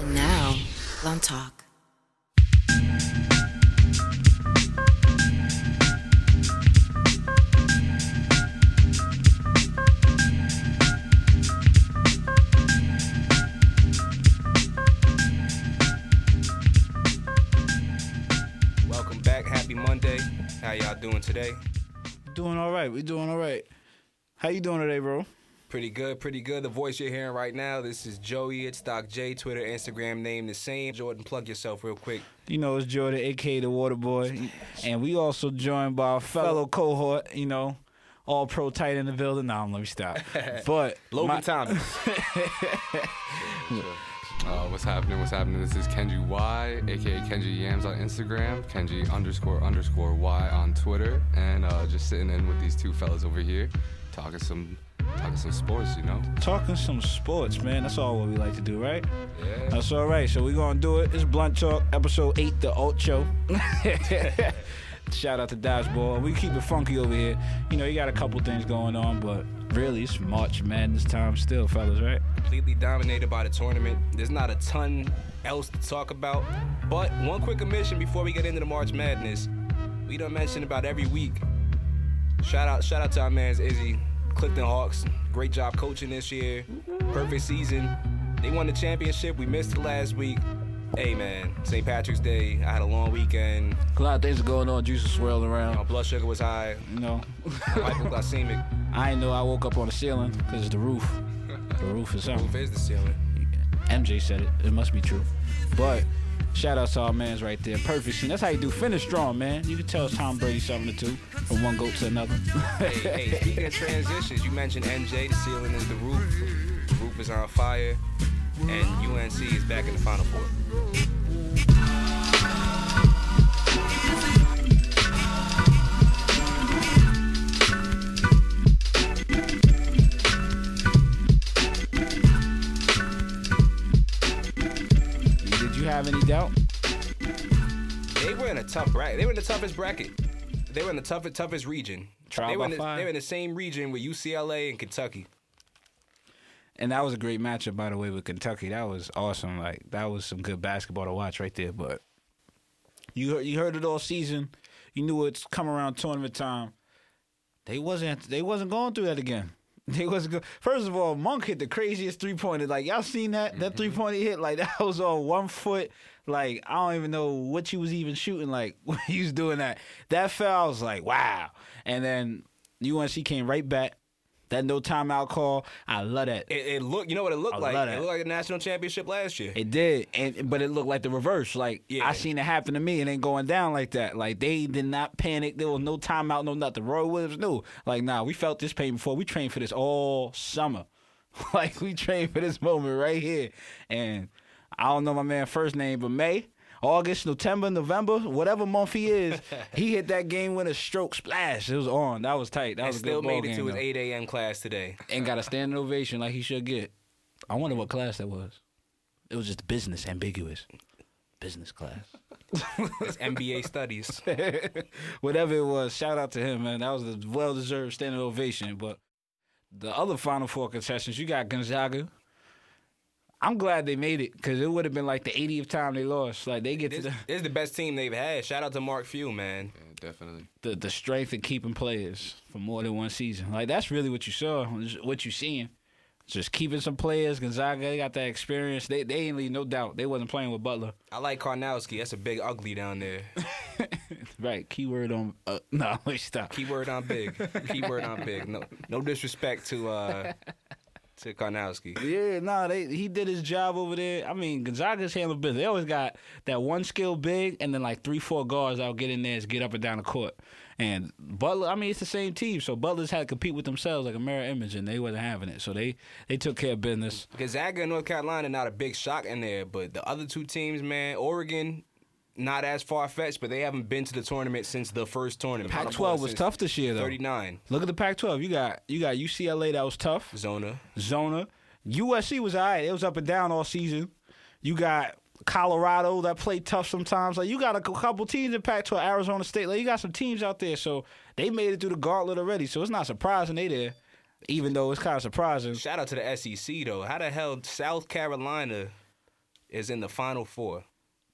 And now, Blunt Talk. Welcome back. Happy Monday. How y'all doing today? Doing all right. We doing all right. How you doing today, bro? Pretty good, pretty good. The voice you're hearing right now, this is Joey at Stock J, Twitter, Instagram, name the same. Jordan, plug yourself real quick. You know it's Jordan, aka the Water Boy, and we also joined by our fellow cohort. You know, all pro tight in the building. Nah, let me stop. But Logan my- Thomas. Uh, what's happening? What's happening? This is Kenji Y, aka Kenji Yams on Instagram, Kenji underscore underscore Y on Twitter, and uh, just sitting in with these two fellas over here, talking some talking some sports, you know. talking some sports, man. That's all what we like to do, right? Yeah. That's all right. So we gonna do it. It's Blunt Talk, episode eight, the Ocho. Shout out to Dodgeball. We keep it funky over here. You know, you got a couple things going on, but really, it's March Madness time still, fellas, right? completely dominated by the tournament. There's not a ton else to talk about. But one quick admission before we get into the March Madness. We done mentioned about every week. Shout out, shout out to our man's Izzy, Clifton Hawks. Great job coaching this year. Perfect season. They won the championship. We missed it last week. Hey man, St. Patrick's Day. I had a long weekend. A lot of things are going on. Juices swirling My around. blood sugar was high. You know, My hypoglycemic. I ain't know I woke up on the ceiling because it's the roof. The roof is Roof something. is the ceiling. MJ said it. It must be true. But shout out to our man's right there. Perfect scene. That's how you do. Finish strong, man. You can tell it's Tom Brady something to two from one goat to another. hey, hey, speaking of transitions, you mentioned MJ, the ceiling is the roof. The roof is on fire. And UNC is back in the Final Four. Did you have any doubt? They were in a tough bracket. They were in the toughest bracket. They were in the toughest, toughest region. Trial they, were by in the, fire. they were in the same region with UCLA and Kentucky. And that was a great matchup, by the way, with Kentucky. That was awesome. Like that was some good basketball to watch right there. But you heard, you heard it all season. You knew it's come around tournament time. They wasn't they wasn't going through that again. They wasn't go- first of all, Monk hit the craziest three pointer. Like y'all seen that that three pointer hit like that was on one foot. Like I don't even know what you was even shooting. Like when he was doing that, that foul I was like wow. And then UNC came right back. That no timeout call. I love that. It, it looked, you know what it looked I like? love that. It looked like a national championship last year. It did, and but it looked like the reverse. Like Yeah. I seen it happen to me. It ain't going down like that. Like they did not panic. There was no timeout, no nothing. Roy Williams knew. Like nah, we felt this pain before. We trained for this all summer. like we trained for this moment right here. And I don't know my man first name, but May. August, September, November, whatever month he is, he hit that game with a stroke splash. It was on. That was tight. That and was a still good ball made it game, to his though. 8 a.m. class today. and got a standing ovation like he should get. I wonder what class that was. It was just business ambiguous. Business class. It's MBA studies. Whatever it was, shout out to him, man. That was a well deserved standing ovation. But the other Final Four contestants, you got Gonzaga. I'm glad they made it because it would have been like the 80th time they lost. Like they get This, to this is the best team they've had. Shout out to Mark Few, man. Yeah, definitely. the, the, the strength of keeping players for more than one season. Like that's really what you saw, what you seeing. Just keeping some players. Gonzaga, they got that experience. They they ain't leave no doubt. They wasn't playing with Butler. I like Karnowski. That's a big ugly down there. Right. Keyword on. Uh, no, wait, stop. Keyword on big. Keyword on big. No, no disrespect to uh to Karnowski. Yeah, nah, they he did his job over there. I mean, Gonzaga's handling business. They always got that one skill big, and then like three, four guards that'll get in there and get up and down the court. And Butler, I mean, it's the same team, so Butler's had to compete with themselves like a mirror image, and they wasn't having it. So they they took care of business. Gonzaga and North Carolina not a big shock in there, but the other two teams, man, Oregon, not as far fetched, but they haven't been to the tournament since the first tournament. Pac-12 was Since tough this year, though. Thirty-nine, Look at the Pac-12. You got you got UCLA that was tough. Zona. Zona. USC was all right. It was up and down all season. You got Colorado that played tough sometimes. Like you got a cou- couple teams in Pac-12, Arizona State. Like you got some teams out there, so they made it through the gauntlet already. So it's not surprising they there, even though it's kind of surprising. E Shout out to the SEC though. How the hell South Carolina is in the final four.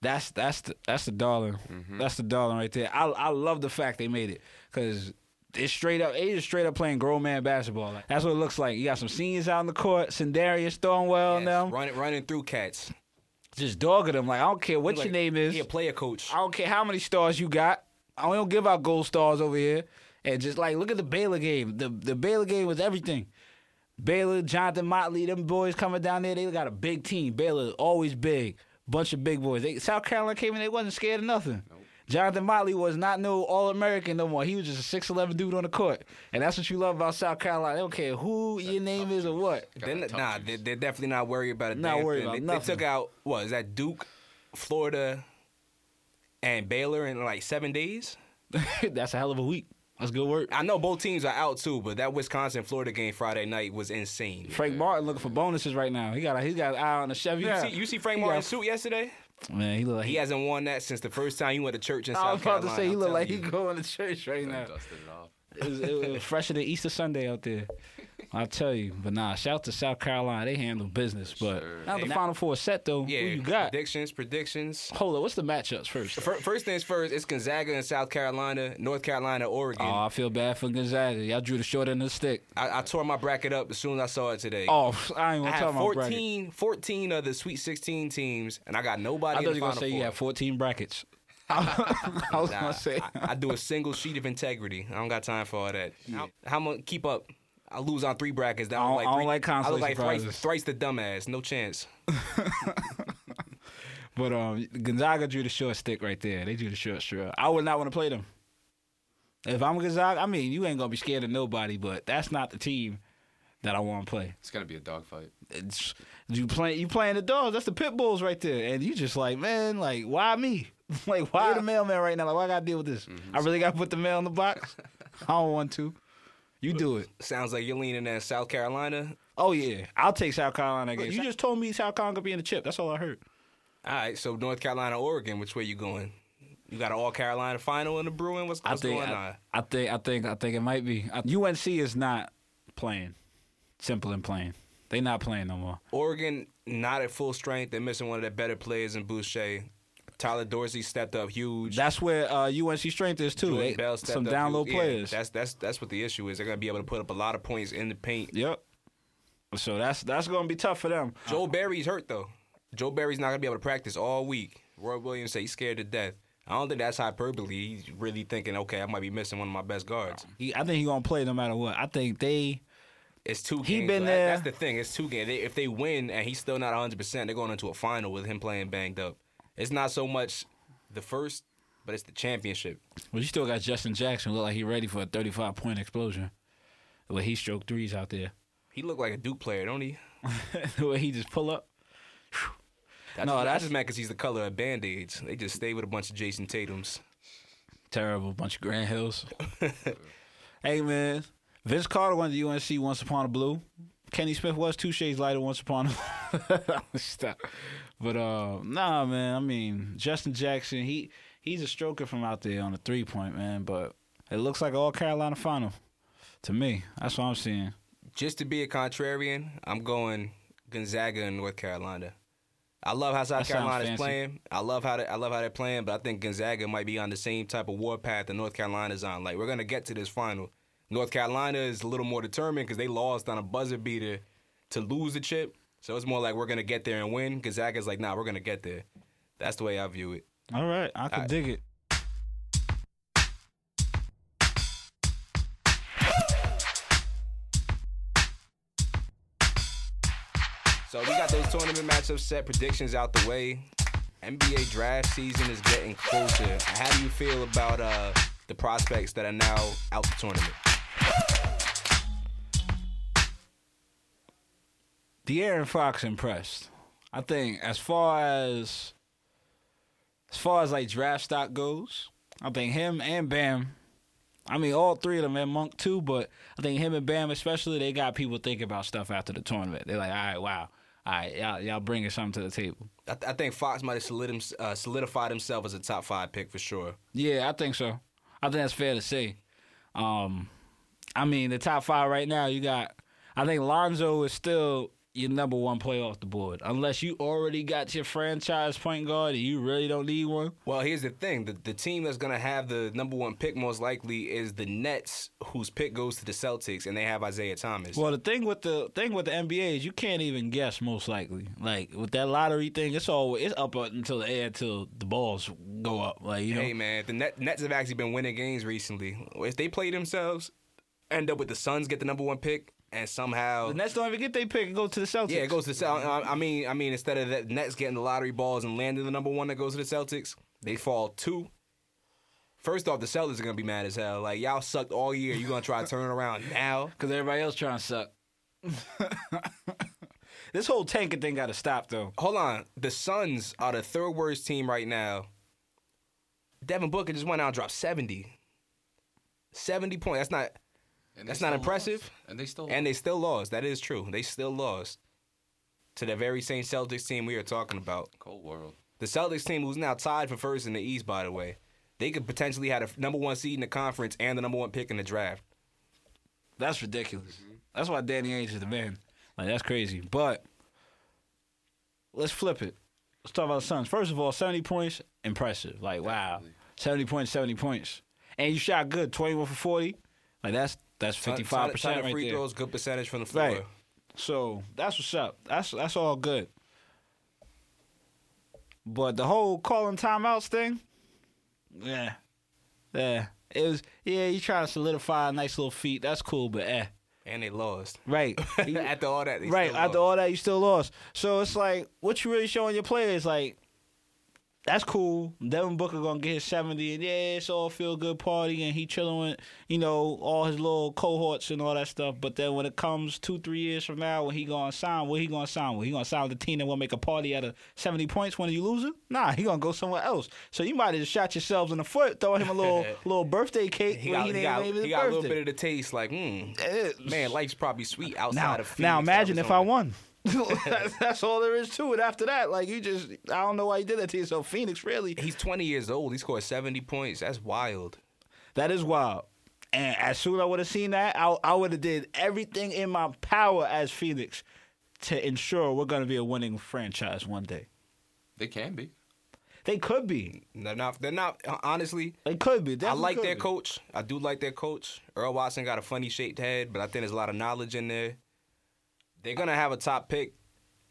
That's that's the, that's the darling. Mm-hmm. That's the darling right there. I I love the fact they made it because it's straight up. They just straight up playing grown man basketball. Like, that's what it looks like. You got some seniors out on the court. Sendarius throwing well Yes, now, running running through cats. just dogging them. Like I don't care what Like, your name is. He a player coach. I don't care how many stars you got. I don't give out gold stars over here. And just like look at the Baylor game. The the Baylor game was everything. Baylor, Jonathan Motley, them boys coming down there, they got a big team. Baylor always big. Bunch of big boys. They, South Carolina came in, they wasn't scared of nothing. Jonathan Motley was not no All American no more. He was just a 6'11 dude on the court. And that's what you love about South Carolina. They don't care who your name is or what. They're, Got not- tough nah, juice. they're, they're definitely not worried about it. Not worried about they, They nothing. took out what is that Duke, Florida, and Baylor in like seven days. that's a hell of a week. That's good work. I know both teams are out too, but that Wisconsin Florida game Friday night was insane. Frank Martin looking for bonuses right now. He got a, he got an eye on the Chevy. You, see, you see Frank He Martin got- suit yesterday? Man, he look like He hasn't worn that since the first time you went to church in South I was about Carolina. to say he I'm looked like he telling you. going to church right now. Dusted it off. It was, it was fresher than Easter Sunday out there. I'll tell you. But nah, shout to South Carolina. They handle business. But Sure. now the Hey, Final Four set though. Yeah, who you got? predictions, predictions. Hold on. What's the matchups first? Fir- First things first, it's Gonzaga in South Carolina, North Carolina, Oregon. Oh, I feel bad for Gonzaga. Y'all drew the short end of the stick. I, I tore my bracket up as soon as I saw it today. Oh, I ain't I gonna had talk about bracket. 14, 14 of the Sweet 16 teams, and I got nobody I in the thought you were gonna Final say you Four. had 14 brackets. I was Nah, gonna say. I, I do a single sheet of integrity. I don't got time for all that. How, how much keep up? I lose on three brackets. That I don't- like I don't three- like I look consolation like thrice, prizes. thrice the dumbass. No chance. But um, Gonzaga drew the short stick right there. They drew the short straw. I would not want to play them. If I'm Gonzaga, I mean, you ain't gonna be scared of nobody, but that's not the team that I want to play. It's gonna be a dogfight. It's, you playing, you playing the dogs. That's the pit bulls right there, and you just like, man, like why me? like why the mailman right now? Like why I gotta deal with this? I really gotta put the mail in the box. I don't want to. You do it. Sounds like you're leaning at South Carolina. Oh yeah, I'll take South Carolina again. You just told me South Carolina could be in the chip. That's all I heard. All right, so North Carolina, Oregon. Which way you going? You got an All Carolina final in the brewing. What's, what's going I, on? I think I think I think it might be. I- UNC is not playing. Simple and plain. They not playing no more. Oregon not at full strength. They're missing one of their better players in Boucher. Tyler Dorsey stepped up huge. That's where uh, UNC strength is too. Jordan They- Bell stepped some up down low huge. Yeah, players. that's that's that's what the issue is. They're gonna be able to put up a lot of points in the paint. yep. So that's that's gonna be tough for them. Joe Barry's hurt though. Joe Barry's not gonna be able to practice all week. Roy Williams said he's scared to death. I don't think that's hyperbole. He's really thinking, okay, I might be missing one of my best guards. He, I think he gonna play no matter what. I think they. It's two games. He been though. That- there. That's the thing. It's two games. They, if they win and he's still not 100, percent they're going into a final with him playing banged up. It's not so much the first, but it's the championship. Well, you still got Justin Jackson. Look like he ready for a thirty-five point explosion. The way he stroke threes out there. He looked like a Duke player, don't he? the way he just pull up. That's, No, no, that's- that's just mad because he's the color of band aids. They just stay with a bunch of Jason Tatum's. Terrible bunch of Grand Hills. hey man, Vince Carter went to UNC once upon a blue. Kenny Smith was two shades lighter once upon a stop. But uh, nah, man. I mean, Justin Jackson, he he's a stroker from out there on the three point man. But it looks like an all Carolina final to me. That's what I'm seeing. Just to be a contrarian, I'm going Gonzaga in North Carolina. I love how South That sounds Carolina's fancy. playing. I love how they, I love how they're playing, but I think Gonzaga might be on the same type of war path that North Carolina's on. Like we're gonna get to this final. North Carolina is a little more determined because they lost on a buzzer beater to lose the chip. So it's more like we're gonna get there and win. Gonzaga's like, nah, we're gonna get there. That's the way I view it. All right, I can All right. dig it. So we got those tournament matchups set, predictions out the way. NBA draft season is getting closer. How do you feel about uh, the prospects that are now out the tournament? De'Aaron Fox impressed. I think as far as as far as like draft stock goes, I think him and Bam. I mean, all three of them and Monk too, but I think him and Bam especially, they got people thinking about stuff after the tournament. They're like, all right, wow, all right, y'all, y'all bringing something to the table. I, th- I think Fox might have solid him- uh, solidified himself as a top five pick for sure. Yeah, I think so. I think that's fair to say. Um, I mean, the top five right now, you got. I think Lonzo is still your number one player off the board unless you already got your franchise point guard and you really don't need one. Well, here's the thing: the, the team that's gonna have the number one pick most likely is the Nets, whose pick goes to the Celtics, and they have Isaiah Thomas. Well, the thing with the thing with the NBA is you can't even guess most likely. Like with that lottery thing, it's all it's up until the air till the balls go up. Like you know, hey man, the Net, Nets have actually been winning games recently. If they play themselves, end up with the Suns get the number one pick, and somehow the Nets don't even get their pick and go to the Celtics. yeah, it goes to the Celtics. I I mean, I mean, instead of the Nets getting the lottery balls and landing the number one that goes to the Celtics, they fall two. First off, the Celtics are gonna be mad as hell. Like y'all sucked all year. You gonna try to turn it around now? because everybody else trying to suck. this whole tanking thing got to stop though. hold on. The Suns are the third worst team right now. Devin Booker just went out and dropped 70. 70 points. That's not And they that's not still lost. impressive. And they still And they still lost. That is true. They still lost to the very same Celtics team we are talking about. cold world. The Celtics team who's now tied for first in the East, by the way. They could potentially have the number one seed in the conference and the number one pick in the draft. That's ridiculous. That's why Danny Ainge is the man. Like that's crazy. But let's flip it. Let's talk about the Suns. First of all, seventy points, impressive. Like wow, seventy points, seventy points, and you shot good, twenty-one for forty. Like that's that's Ton- fifty-five ton percent of right free there. throws, good percentage from the floor. Right. So that's what's up. That's that's all good. But the whole calling timeouts thing, yeah, yeah, it was yeah. You trying to solidify a nice little feat. That's cool, but eh, And they lost. right. You- after all that, they right still after lost. all that you still lost so it's like what you really showing your players like that's cool devin booker gonna get his 70 and yeah it's all feel good party and he chilling with you know all his little cohorts and all that stuff but then when it comes two three years from now when he gonna sign what he gonna sign with he gonna sign with the team that will make a party out of 70 points when you losing nah he gonna go somewhere else so you might have just shot yourselves in the foot throwing him a little little birthday cake He when got, he he didn't got, even he got a little birthday. bit of the taste, like, mm, Eh, man, life's probably sweet outside now, of Phoenix, now imagine if I Arizona. won. that's, that's all there is to it. After that, like you just, I don't know why you did that to yourself. Phoenix, really, He's 20 years old. He scored 70 points. That's wild. that is wild. And as soon as I would have seen that, I, I would have did everything in my power as Phoenix to ensure we're going to be a winning franchise one day. They can be. They could be. They're not. They're not. Honestly, They could be. I Definitely like could their be. coach. I do like their coach. Earl Watson got a funny shaped head, but I think there's a lot of knowledge in there. They're gonna have a top pick.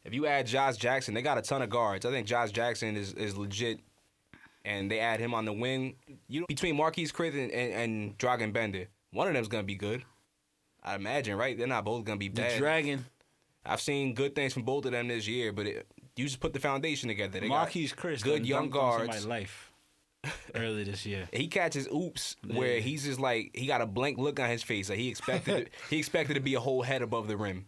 If you add Josh Jackson, they got a ton of guards. I think Josh Jackson is, is legit, and they add him on the wing. You between Marquise Chris and, and, and Dragon Bender, one of them's gonna be good. I imagine, right? They're not both gonna be The bad. Dragon, I've seen good things from both of them this year, but it, you just put the foundation together. They got Marquise Chris, good done young dunked on guards. somebody's life early this year. he catches oops where he's just like he got a blank look on his face. Like he expected he expected to be a whole head above the rim.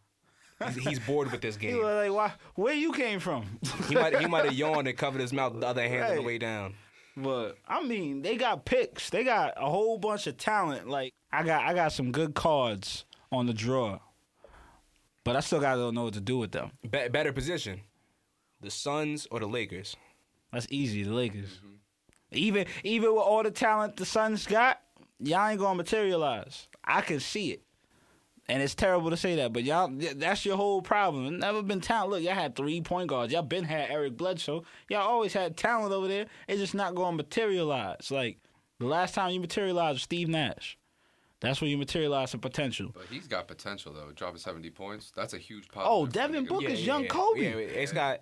He's, he's bored with this He game. was like, why, where you came from? He might he might have yawned and covered his mouth with the other hand on the Right. way down. But I mean, they got picks. They got a whole bunch of talent. Like I got I got some good cards on the drawer. But I still gotta know what to do with them. Be- better position, the Suns or the Lakers? That's easy, the Lakers. Even even with all the talent the Suns got, y'all ain't gonna materialize. I can see it. And it's terrible to say that, but y'all, th- that's your whole problem. It never been talent. Look, y'all had three point guards. Y'all been had Eric Bledsoe. Y'all always had talent over there. It's just not going to materialize. Like, the last time you materialized was Steve Nash. That's when you materialize some potential. But he's got potential though. Dropping 70 points, that's a huge positive. Oh, for Devin the Lakers. Booker's young Kobe. Yeah, it's got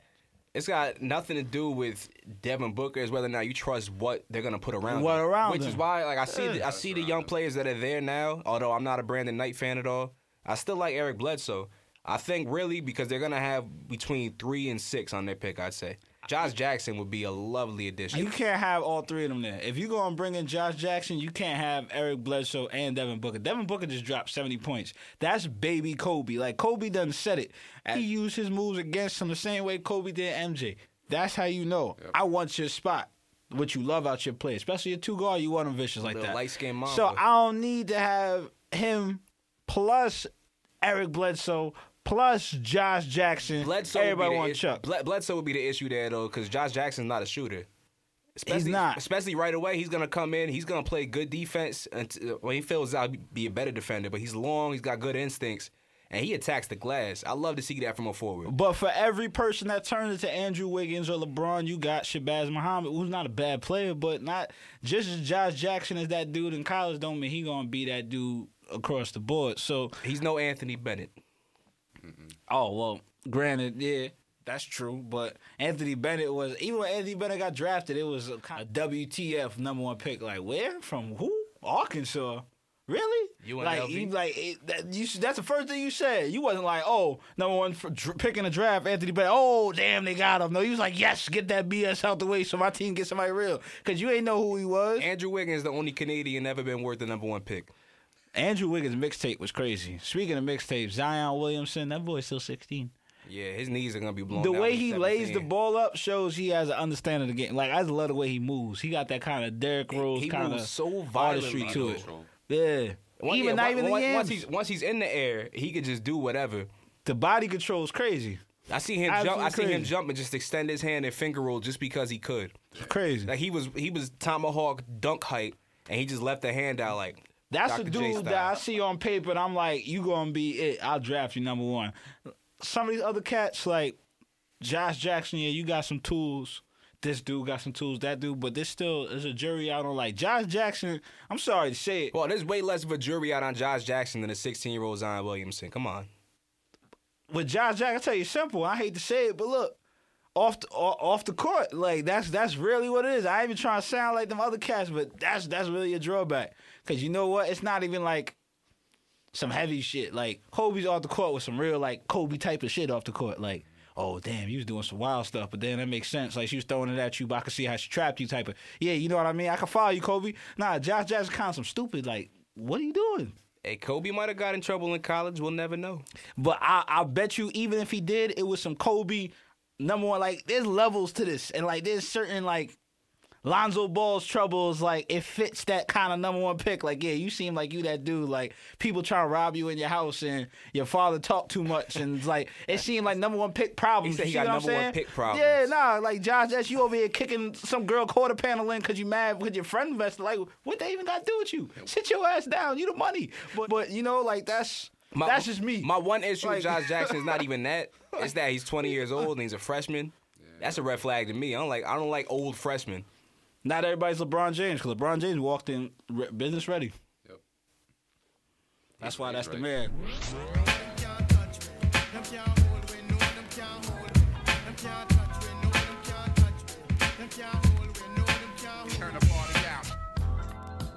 it's got nothing to do with Devin Booker. It's whether or not you trust what they're gonna put around. What him. around Which is him. why, like, I see the, I Yeah. see the young players that are there now. Although I'm not a Brandon Knight fan at all, I still like Eric Bledsoe. I think really because they're gonna have between three and six on their pick. I'd say Josh Jackson would be a lovely You addition. can't have all three of them there. If you're gonna bring in Josh Jackson, you can't have Eric Bledsoe and Devin Booker. Devin Booker just dropped 70 points. That's baby Kobe. Like Kobe done said it. He used his moves against him the same way Kobe did MJ. That's how you know. I want your spot. What you love out your play, especially your two guard, you want them vicious like Little that. light-skinned mamba. So I don't need to have him plus Eric Bledsoe plus Josh Jackson. Bledsoe would Everybody be the want is- Chuck. Bled- Bledsoe would be the issue there though, because Josh Jackson's not a shooter. Especially, not. Especially right away, he's gonna come in. He's gonna uh, play good defense until well, he feels out be a better defender. But he's long. He's got good instincts. and he attacks the glass. I love to see that from a forward. But for every person that turns into Andrew Wiggins or LeBron, you got Shabazz Muhammad, who's not a bad player, but not just as Josh Jackson is that dude in college. Don't mean he gonna be that dude across the board. So, He's no Anthony Bennett. oh well, granted, yeah. That's true, but Anthony Bennett was even when Anthony Bennett got drafted, it was a, kind of WTF number one pick. Like where from who? Arkansas, really? UNLV? like you like it, that, you. s- That's the first thing you said. You wasn't like, oh, number one for dr- pick in the draft, Anthony Bennett. Oh, damn, they got him. No, you was like, yes, get that BS out the way so my team gets somebody real. Cause you ain't know who he was. Andrew Wiggins, the only Canadian ever been worth the number one pick. Andrew Wiggins' mixtape was crazy. Speaking of mixtapes, Zion Williamson, that boy's still sixteen. Yeah, his knees are gonna be blown. The out way in he lays the 17. ball up shows he has an understanding of the game. Like I just love the way he moves. He got that kind of Derrick Rose he kind of moves so violently, artistry to it. though. Yeah, One- even yeah, not one- even one- the once ends. he's once he's in the air, he could just do whatever. The body control is crazy. I see him jump. Absolutely I see him crazy. jump and just extend his hand and finger roll just because he could. Crazy. Like he was he was tomahawk dunk height, and he just left the hand out like. That's Dr. the J dude that style. I see on paper, and I'm like, you gonna be it. I'll draft you number one. Some of these other cats, like Josh Jackson, yeah, you got some tools. This dude got some tools. That dude, but this still is a jury out on like Josh Jackson. I'm sorry to say it. Well, there's way less of a jury out on Josh Jackson than a 16 year old Zion Williamson. Come on. with Josh Jackson, I tell you simple. I hate to say it, but look, off the, o- off the court, like that's that's really what it is. I ain't even trying to sound like them other cats, but that's that's really a drawback. Cause you know what? It's not even like some heavy shit. Like Kobe's off the court with some real like Kobe type of shit off the court. Like, oh damn, you was doing some wild stuff, but then that makes sense. Like she was throwing it at you, but I could see how she trapped you type of yeah, you know what I mean? I can follow you, Kobe. Nah, Josh Jackson kind of some stupid, like, what are you doing? Hey, Kobe might have got in trouble in college. We'll never know. But I, I bet you, even if he did, it was some Kobe number one. Like, there's levels to this, and like, there's certain like Lonzo Ball's troubles. Like, it fits that kind of number one pick. Like, yeah, you seem like you that dude. Like, people try to rob you in your house, and your father talked too much, and it's like it seemed like number one pick problems. He said You he see got what I'm number one saying? pick problems. Yeah, nah, like Josh, that's you over here kicking some girl quarter panel in because you mad with your friend investor. Like, what they even got to do with you? Sit your ass down. You the money. But but you know, like that's. That's just me. My one issue Like- with Josh Jackson is not even that. It's that he's 20 years old and he's a freshman. That's a red flag to me. I don't like I don't like old freshmen. Not everybody's LeBron James because LeBron James walked in re- business ready. Yep. That's why that's Right. the man. can't touch me. Them can't hold we, no, them can't hold me. Them can't touch we, no, them can't touch me. Them can't hold we, no, them can't hold me. Turn the party out.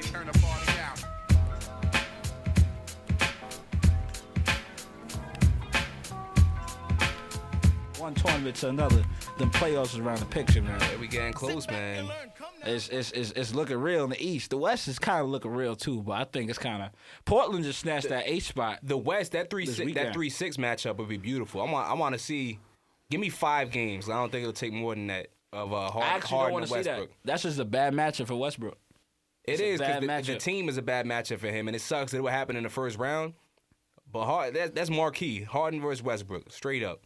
Turn the party out. One tournament to another, them playoffs is around the picture now. Yeah, we getting close, man. It's it's it's, it's looking real in the East. The West is kind of looking real too, but I think it's kind of Portland just snatched that eight spot. The West that three This six that weekend. three six matchup would be beautiful. I want I want to see. Give me five games. I don't think it'll take more than that of uh, Hard, I actually don't Harden want and to see that. Westbrook. That's just a bad matchup for Westbrook. It It's a is bad because the, the matchup. team is a bad matchup for him, and it sucks that it would happen in the first round. But hard, that, that's marquee. Harden versus Westbrook, straight up.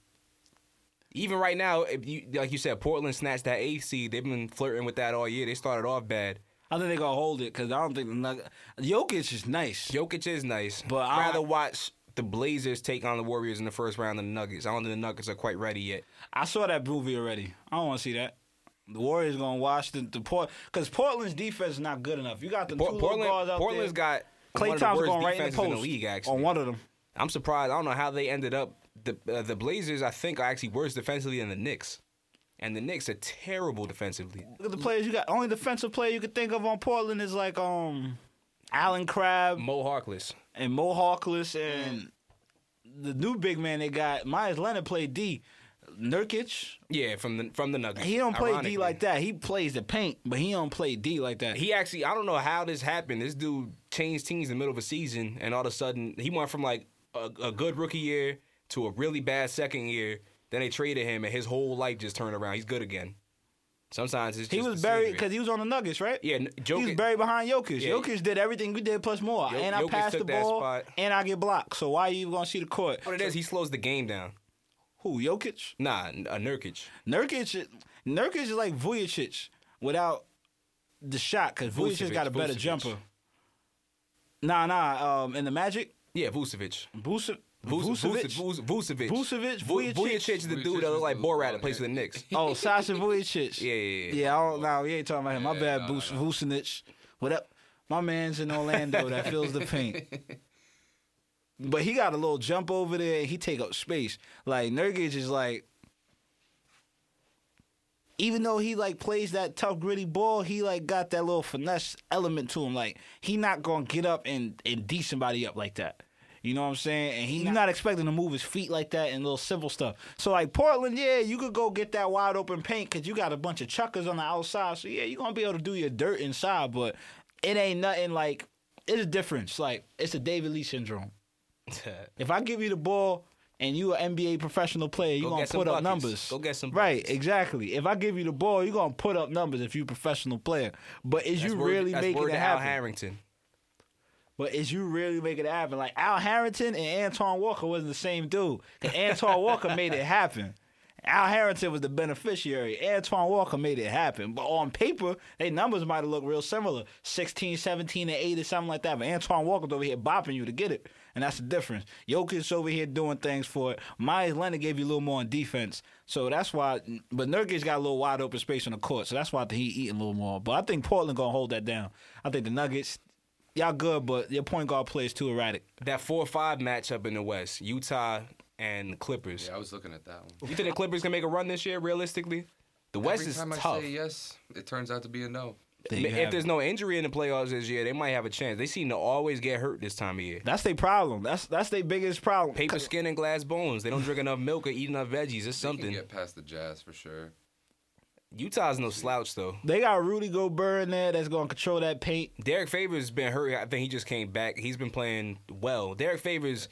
Even right now, if you, like you said, Portland snatched that eighth seed. They've been flirting with that all year. They started off bad. I think they're gonna hold it because I don't think the Nug- Jokic is nice. Jokic is nice, But I'd I- rather watch the Blazers take on the Warriors in the first round than the Nuggets. I don't think the Nuggets are quite ready yet. I saw that movie already. I don't want to see that. The Warriors gonna watch the, the port because Portland's defense is not good enough. You got the Por- two Portland, Portland, guards out Portland's there. got Clay one of the Thompson worst going right in the defenses post in the league. Actually, on one of them. I'm surprised. I don't know how they ended up. The uh, the Blazers, I think, are actually worse defensively than the Knicks, and the Knicks are terrible defensively. Look at the players you got. Only defensive player you could think of on Portland is like um, Allen Crabbe Mo Harkless. and Mo Harkless and the new big man they got. Myers Leonard played D. Nurkic, Yeah, from the from the Nuggets. he don't play ironically. D like that. He plays the paint, but he don't play D like that. He actually, I don't know how this happened. This dude changed teams in the middle of a season, and all of a sudden he went from like a, a good rookie year to a really bad second year. Then they traded him, and his whole life just turned around. He's good again. Sometimes it's just He was the buried scenery. because he was on the Nuggets, right? Yeah, n- he was Jokic- buried behind Jokic. Yeah. Jokic did everything we did plus more, Jok- and I Jokic passed the took that ball, spot. and I get blocked. So why are you gonna see the court? What it is, he slows the game down. Who Jokic? Nah, n- uh, Nurkic. Nurkic, Nurkic is like Vujicic. without the shot because Vucevic Vucevic, got a better Vucevic. jumper. Nah, nah. Um, in the Magic, Yeah, Vucevic. Vuce, Vuce- Vucevic. Vuce- Vuce- Vucevic. Vucevic, Vu- Vujicic. Vujicic is the dude that Vujicic look is like the Borat blonde that plays for the Knicks. Oh, Sasha Vujicic. Yeah, yeah, yeah. Yeah, I don't, nah, we ain't talking about him. My Yeah, bad, nah, Bruce Vucinic. What up? My man's in Orlando that feels the pain. But he got a little jump over there. He take up space. Like Nurkic is like, even though he like plays that tough gritty ball, he like got that little finesse element to him. Like he not gonna get up and and D somebody up like that. You know what I'm saying? And he, not, not expecting to move his feet like that and little simple stuff. So like Portland, yeah, you could go get that wide open paint because you got a bunch of chuckers on the outside. So yeah, you're gonna be able to do your dirt inside, but it ain't nothing like it's a difference. Like it's a David Lee syndrome. If I give you the ball and you an NBA professional player, you're Go gonna get some put up buckets. numbers. Go get some Right, buckets. exactly. If I give you the ball, you're gonna put up numbers if you're a professional player. But is That's you word- really that's making word it to Al happen? Harrington. but is you really making it happen? Like Al Harrington and Anton Walker wasn't the same dude. 'Cause Anton Walker made it happen. Al Harrington was the beneficiary. Antoine Walker made it happen. But on paper, their numbers might have looked real similar 16, 17, and 8 or something like that. But Antoine Walker's over here bopping you to get it. And that's the difference. Jokic's over here doing things for it. Myers Leonard gave you a little more on defense. So that's why. But Nurkic got a little wide open space on the court. So that's why I think he eating a little more. But I think Portland going to hold that down. I think the Nuggets, y'all good, but your point guard plays too erratic. That four five matchup in the West, Utah and Clippers. Yeah, I was looking at that one. You think the Clippers can make a run this year? Realistically, the West Every is time I tough. say yes, it turns out to be a no. There you Ma- have if it. there's no injury in the playoffs this year, they might have a chance. They seem to always get hurt this time of year. That's their problem. That's that's their biggest problem. Paper skin and glass bones. They don't drink enough milk or eat enough veggies. It's They can something. get past the Jazz for sure. Utah's no slouch though. They got Rudy Gobert in there that's gonna control that paint. Derek Favors been hurt. I think he just came back. He's been playing well. Derek Favors,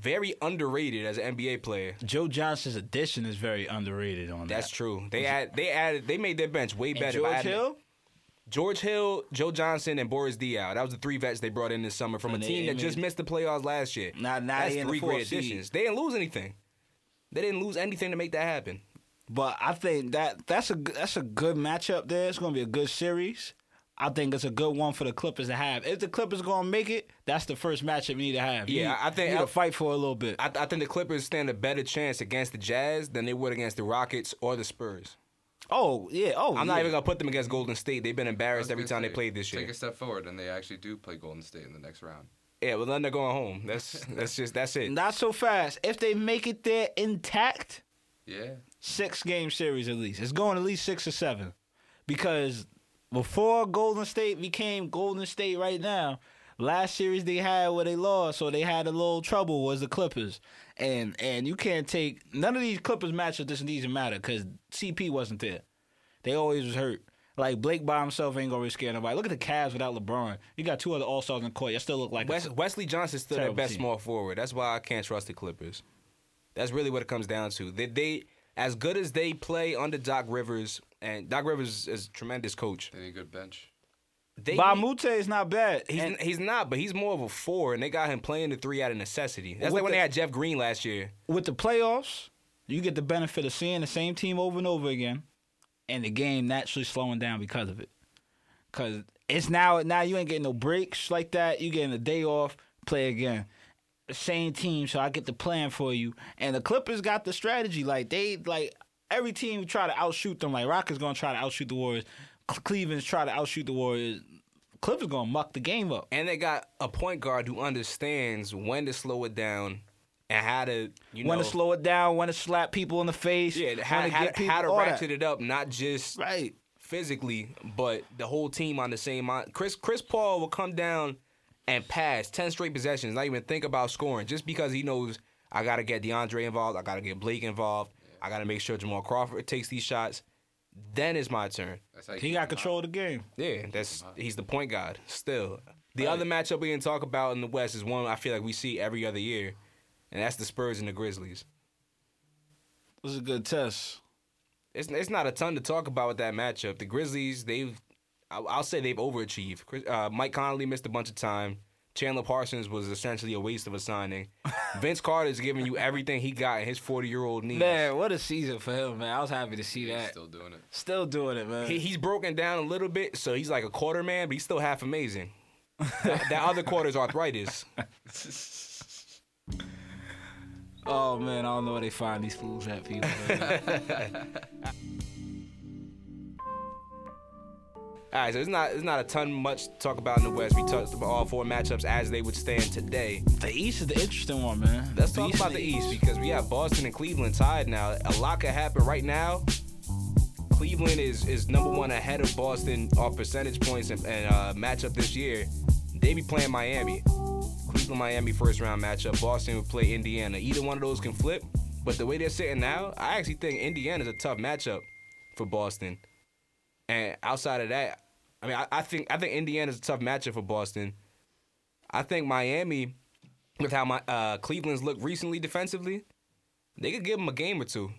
very underrated as an NBA player. Joe Johnson's addition is very underrated on That's that. true. They add, they added they made their bench way better. And by George adding- Hill, George Hill, Joe Johnson, and Boris Diaw. That was the three vets they brought in this summer from And a they- team I that just mean- missed the playoffs last year. Now- now That's they in the three fourth great seed. additions. They didn't lose anything. They didn't lose anything to make that happen. but I think that that's a g- that's a good matchup there. It's gonna be a good series. I think it's a good one for the Clippers to have. If the Clippers gonna make it, that's the first matchup you need to have. You Yeah, need- I think- you need I- to fight for a little bit. I, I think the Clippers stand a better chance against the Jazz than they would against the Rockets or the Spurs. oh yeah. Oh, I'm yeah. not even gonna put them against Golden State. They've been I was embarrassed every gonna time they say, played this Take year. a step forward, and they actually do play Golden State in the next round. Yeah, well then they're going home. That's that's just that's it. Not so fast. If they make it there intact, Yeah. six game series at least. It's going at least six or seven. Because before Golden State became Golden State right now, last series they had where they lost or they had a little trouble was the Clippers. And and you can't take none of these Clippers matchups doesn't even matter because CP wasn't there. They always was hurt. Like Blake by himself ain't gonna scare nobody. Look at the Cavs without LeBron. You got two other All Stars in court. You still look like a- Wes, Wesley Johnson's still their Terrible best team. small forward. That's why I can't trust the Clippers. That's really what it comes down to. They, they as good as they play under Doc Rivers, and Doc Rivers is a tremendous coach. They need a good bench. They Bamute is not bad. he's, And he's not, but he's more of a four, and they got him playing the three out of necessity. That's With like when the- they had Jeff Green last year. with the playoffs, you get the benefit of seeing the same team over and over again, and the game naturally slowing down because of it. Cause it's now now you ain't getting no breaks like that. You getting a day off, play again. The same team, so I get the plan for you. And the Clippers got the strategy. Like they like every team try to outshoot them. Like Rockets gonna try to outshoot the Warriors. Cle- Cleveland's try to outshoot the Warriors. Clippers gonna muck the game up. And they got a point guard who understands when to slow it down and how to you Want know to slow it down, want to slap people in the face. yeah how, wanna how, get people- how to all that. ratchet it up, not just Right. physically, but the whole team on the same mind. Chris Chris Paul will come down and pass ten straight possessions, not even think about scoring, just because he knows I gotta get DeAndre involved, I gotta get Blake involved, I gotta make sure Jamal Crawford takes these shots. Then it's my turn. That's how you He keep got them control of the game. Yeah, that's he's the point guard still. The other matchup we didn't talk about in the West is one I feel like we see every other year, and that's the Spurs and the Grizzlies. This is a good test. It's it's not a ton to talk about with that matchup. The Grizzlies, they've I- I'll say they've overachieved. Chris- Uh, Mike Conley missed a bunch of time. Chandler Parsons was essentially a waste of a signing. Vince Carter's giving you everything he got in his 40 year old knees. Man, what a season for him, man. I was happy to see that. Still doing it. Still doing it, man. He, he's broken down a little bit, so he's like a quarter man, but he's still half amazing. that, that other quarter's arthritis. oh man, I don't know where they find these fools at people. man. All right, so it's not it's not a ton much to talk about in the West. We touched about all four matchups as they would stand today. the East is the interesting one, man. Let's The talk East about is the East because we have Boston and Cleveland tied now. A lot could happen right now. Cleveland is is number one ahead of Boston on percentage points and, and uh, matchup this year. They be playing Miami. Cleveland Miami first round matchup. Boston would play Indiana. Either one of those can flip, but the way they're sitting now, I actually think Indiana's a tough matchup for Boston. And outside of that, I mean, I, I think I think Indiana's a tough matchup for Boston. I think Miami, with how my uh, Cleveland's looked recently defensively, they could give them a game or two.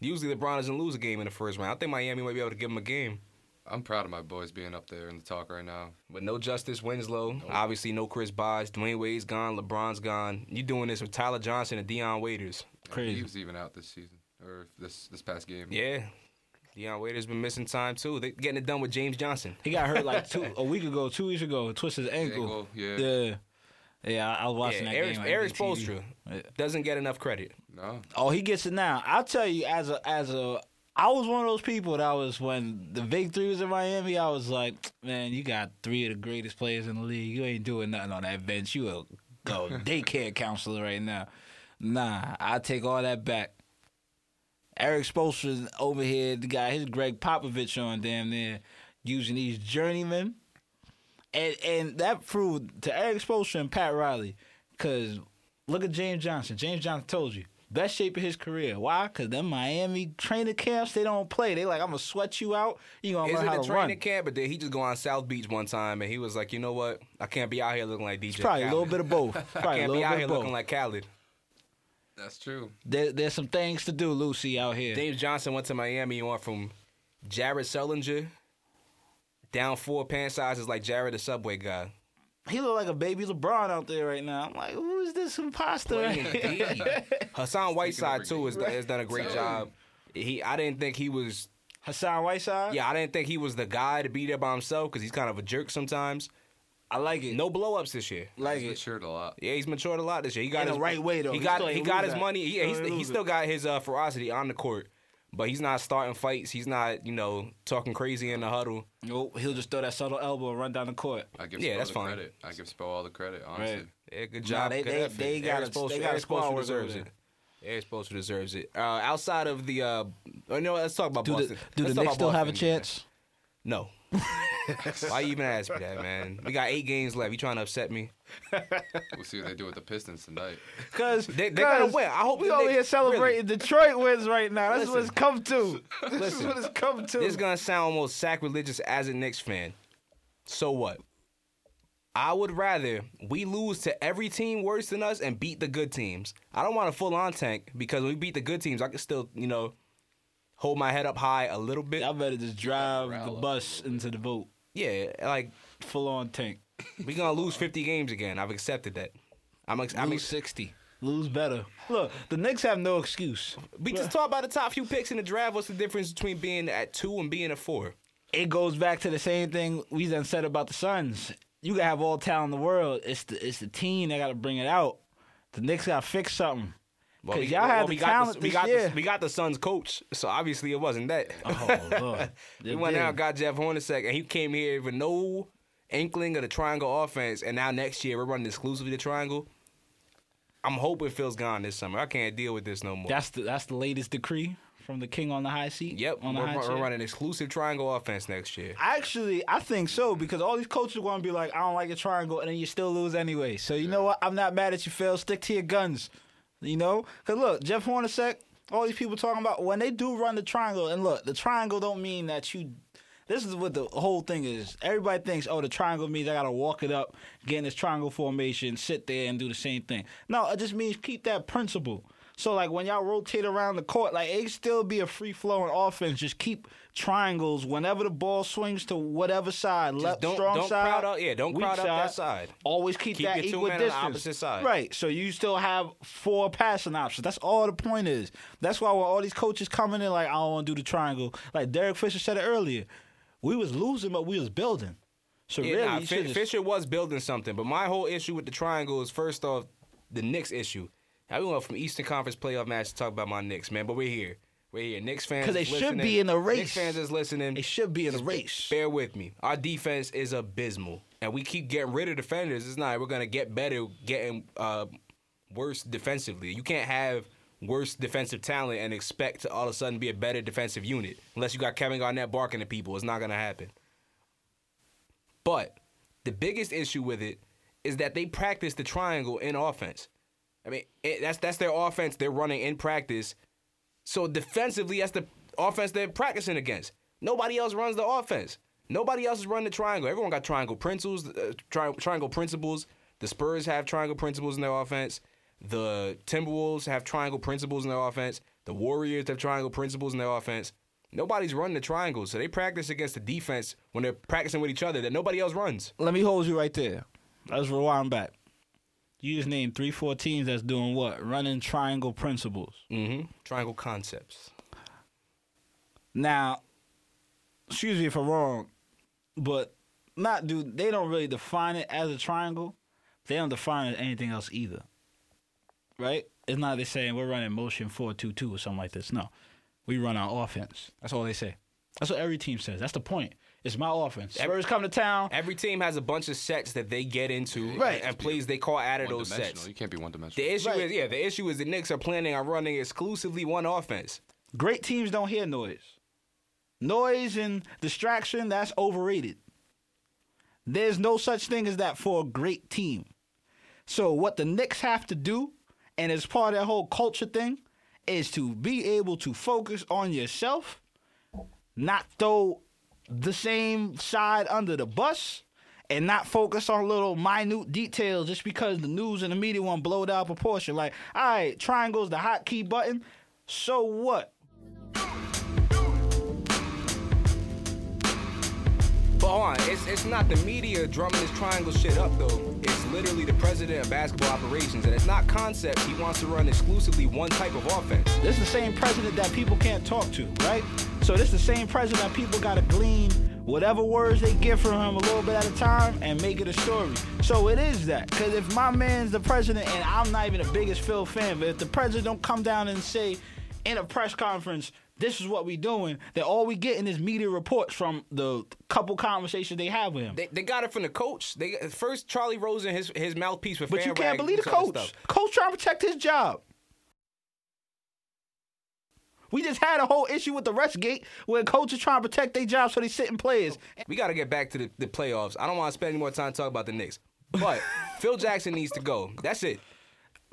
Usually LeBron doesn't lose a game in the first round. I think Miami might be able to give them a game. I'm proud of my boys being up there in the talk right now. But no Justice Winslow, obviously no Chris Bosh, Dwayne Wade's gone, LeBron's gone. You doing this with Tyler Johnson and Deion Waiters? Crazy. He was even out this season or this this past game. Yeah, Deion Waiters been missing time too. They getting it done with James Johnson. He got hurt like two a week ago, two weeks ago. Twisted his ankle. Ankle, yeah. yeah, yeah. I, I was watching Yeah, that Eric, game. like, Eric on Spoelstra Yeah. doesn't get enough credit. No. Oh, he gets it now. I'll tell you, as a as a, I was one of those people that was when the big three was in Miami. I was like, man, you got three of the greatest players in the league. You ain't doing nothing on that bench. You a go daycare counselor right now. Nah, I take all that back. Eric Spoelstra over here got his Greg Popovich on damn near using these journeymen. And and that proved to Eric Spoelstra and Pat Riley, because look at James Johnson. James Johnson told you best shape of his career. Why? Because them Miami training camps they don't play. They like I'm gonna sweat you out. You gonna Is learn it how a to run. training camp? But then he just go on South Beach one time and he was like, you know what? I can't be out here looking like DJ. Probably a Khaled. little bit of both. Probably Can't be a little out bit here of both. looking like Khaled. That's true. there, there's some things to do, Lucy, out here. James Johnson went to Miami on from Jared Sellinger down four pant sizes like Jared the Subway guy. he look like a baby LeBron out there right now. I'm like, who is this imposter? Indeed. Hassan Whiteside too has, has done a great Right. job. He I didn't think he was Hassan Whiteside. yeah I didn't think he was the guy to be there by himself because he's kind of a jerk sometimes. I like it. No blow ups this year. like He's it. matured a lot. Yeah, he's matured a lot this year. He got In the his right way, though. He He got still he ain't got lose his that. money. He, Still he's, ain't he lose still it. got his uh, ferocity on the court, but he's not starting fights. He's not you know talking crazy in the huddle. Nope, Oh, he'll just throw that subtle elbow and run down the court. I give Yeah, Spo that's the fine. credit. I give Spo all the credit, honestly. Right. Yeah, good Nah, job. they- Good they- effort. they got Eric a- they Spoelstra- got a Eric squad Spoelstra work deserves over it. Eric Spoelstra deserves it. Uh, outside of the, uh, you know, what, let's talk about Do Boston. the, do the Let's talk Knicks about still have a Boston. chance? No. Why you even ask me that, man? We got eight games left. You trying to upset me? We'll see what they do with the Pistons tonight. Because They- they gotta win. I hope we the over Knicks- here celebrating Detroit wins right now. That's what Listen. it's come to. This is Listen. what it's come to. This is gonna sound almost sacrilegious as a Knicks fan. So what? I would rather we lose to every team worse than us and beat the good teams. I don't want a full on tank because when we beat the good teams, I can still, you know, hold my head up high a little bit. Y'all better just drive Growl the up a bus into the boat, Yeah, like full on tank. we gonna lose 50 games again. I've accepted that. I'm ex- I'm Lose ex- 60. Lose better. Look, the Knicks have no excuse. we just talked about the top few picks in the draft. What's the difference between being at two and being at four? It goes back to the same thing we done said about the Suns. You can have all talent in the world. It's the it's the team that got to bring it out. The Knicks got to fix something. Because y'all had the we got talent the, we this got year. The, we got the Suns coach, so obviously it wasn't that. Oh, Lord. we went Yeah. out, got Jeff Hornacek, and he came here with no inkling of the triangle offense. And now next year we're running exclusively the triangle. I'm hoping Phil's gone this summer. I can't deal with this no more. That's the that's the latest decree from the king on the high seat. yep, on the we're, high run- chair. we're running exclusive triangle offense next year. Actually, I think so because all these coaches are going to be like, "I don't like the triangle," and then you still lose anyway. So you know what? I'm not mad at you, Phil. Stick to your guns. You know, because look, Jeff Hornacek, all these people talking about when they do run the triangle, and look, the triangle don't mean that you. This is what the whole thing is. Everybody thinks, oh, the triangle means I gotta walk it up, get in this triangle formation, sit there and do the same thing. No, it just means keep that principle. So like when y'all rotate around the court, like it still be a free flowing offense. Just keep triangles whenever the ball swings to whatever side, left, don't- strong don't side, crowd out- yeah, don't weak crowd out that side. Always keep, Keep that your two equal men on the distance. opposite side. Right. So you still have four passing options. That's all the point is. That's why when all these coaches coming in like I don't want to do the triangle. Like Derek Fisher said it earlier, we was losing, but we was building. So Yeah, really, nah, you Fi- should've- Fisher was building something, but my whole issue with the triangle is first off the Knicks issue. Now we went from Eastern Conference playoff match to talk about my Knicks, man. But we're here, we're here. Knicks fans, 'Cause they is should listening. be in a race. Knicks fans is listening. They should be in a race. Bear with me. Our defense is abysmal, and we keep getting rid of defenders. It's not. We're gonna get better, getting uh, worse defensively. You can't have worse defensive talent and expect to all of a sudden be a better defensive unit unless you got Kevin Garnett barking at people. It's not gonna happen. But the biggest issue with it is that they practice the triangle in offense. I mean, it, that's that's their offense they're running in practice. So defensively, that's the offense they're practicing against. Nobody else runs the offense. Nobody else is running the triangle. Everyone got triangle principles. Uh, tri- triangle principles. The Spurs have triangle principles in their offense. The Timberwolves have triangle principles in their offense. The Warriors have triangle principles in their offense. Nobody's running the triangle, so they practice against the defense when they're practicing with each other that nobody else runs. Let me hold you right there. Let's rewind back. You just named three, four teams that's doing what? Running triangle principles. Mm-hmm. Triangle concepts. Now, excuse me if I'm wrong, but not do they don't really define it as a triangle. They don't define it as anything else either. Right? It's not they saying we're running motion four two two or something like this. No. We run our offense. That's all they say. That's what every team says. That's the point. It's my offense. Spurs come to town. Every team has a bunch of sets that they get into, Right. and, and plays they call out of One those dimensional. sets. You can't be one dimensional. The issue Right. is, yeah, the issue is the Knicks are planning on running exclusively one offense. Great teams don't hear noise. Noise and distraction, that's overrated. There's no such thing as that for a great team. So what the Knicks have to do, and as part of that whole culture thing, is to be able to focus on yourself, not throw the same side under the bus, and not focus on little minute details just because the news and the media want to blow it out of proportion. Like, all right, triangle's the hotkey button. So what? But hold on, it's, it's not the media drumming this triangle shit up though. It's literally the president of basketball operations, and it's not concepts. He wants to run exclusively one type of offense. This is the same president that people can't talk to, right? So this is the same president that people gotta glean whatever words they get from him a little bit at a time and make it a story. So it is that. Cause if my man's the president and I'm not even the biggest Phil fan, but if the president don't come down and say in a press conference, this is what we doing, then all we getting is media reports from the couple conversations they have with him. They, they got it from the coach. They first Charlie Rose and his his mouthpiece with but fan you can't rag believe the and all this coach. stuff. Coach trying to protect his job. We just had a whole issue with the rest gate where coaches trying to protect their job so they sitting players. We got to get back to the, the playoffs. I don't want to spend any more time talking about the Knicks. But Phil Jackson needs to go. That's it.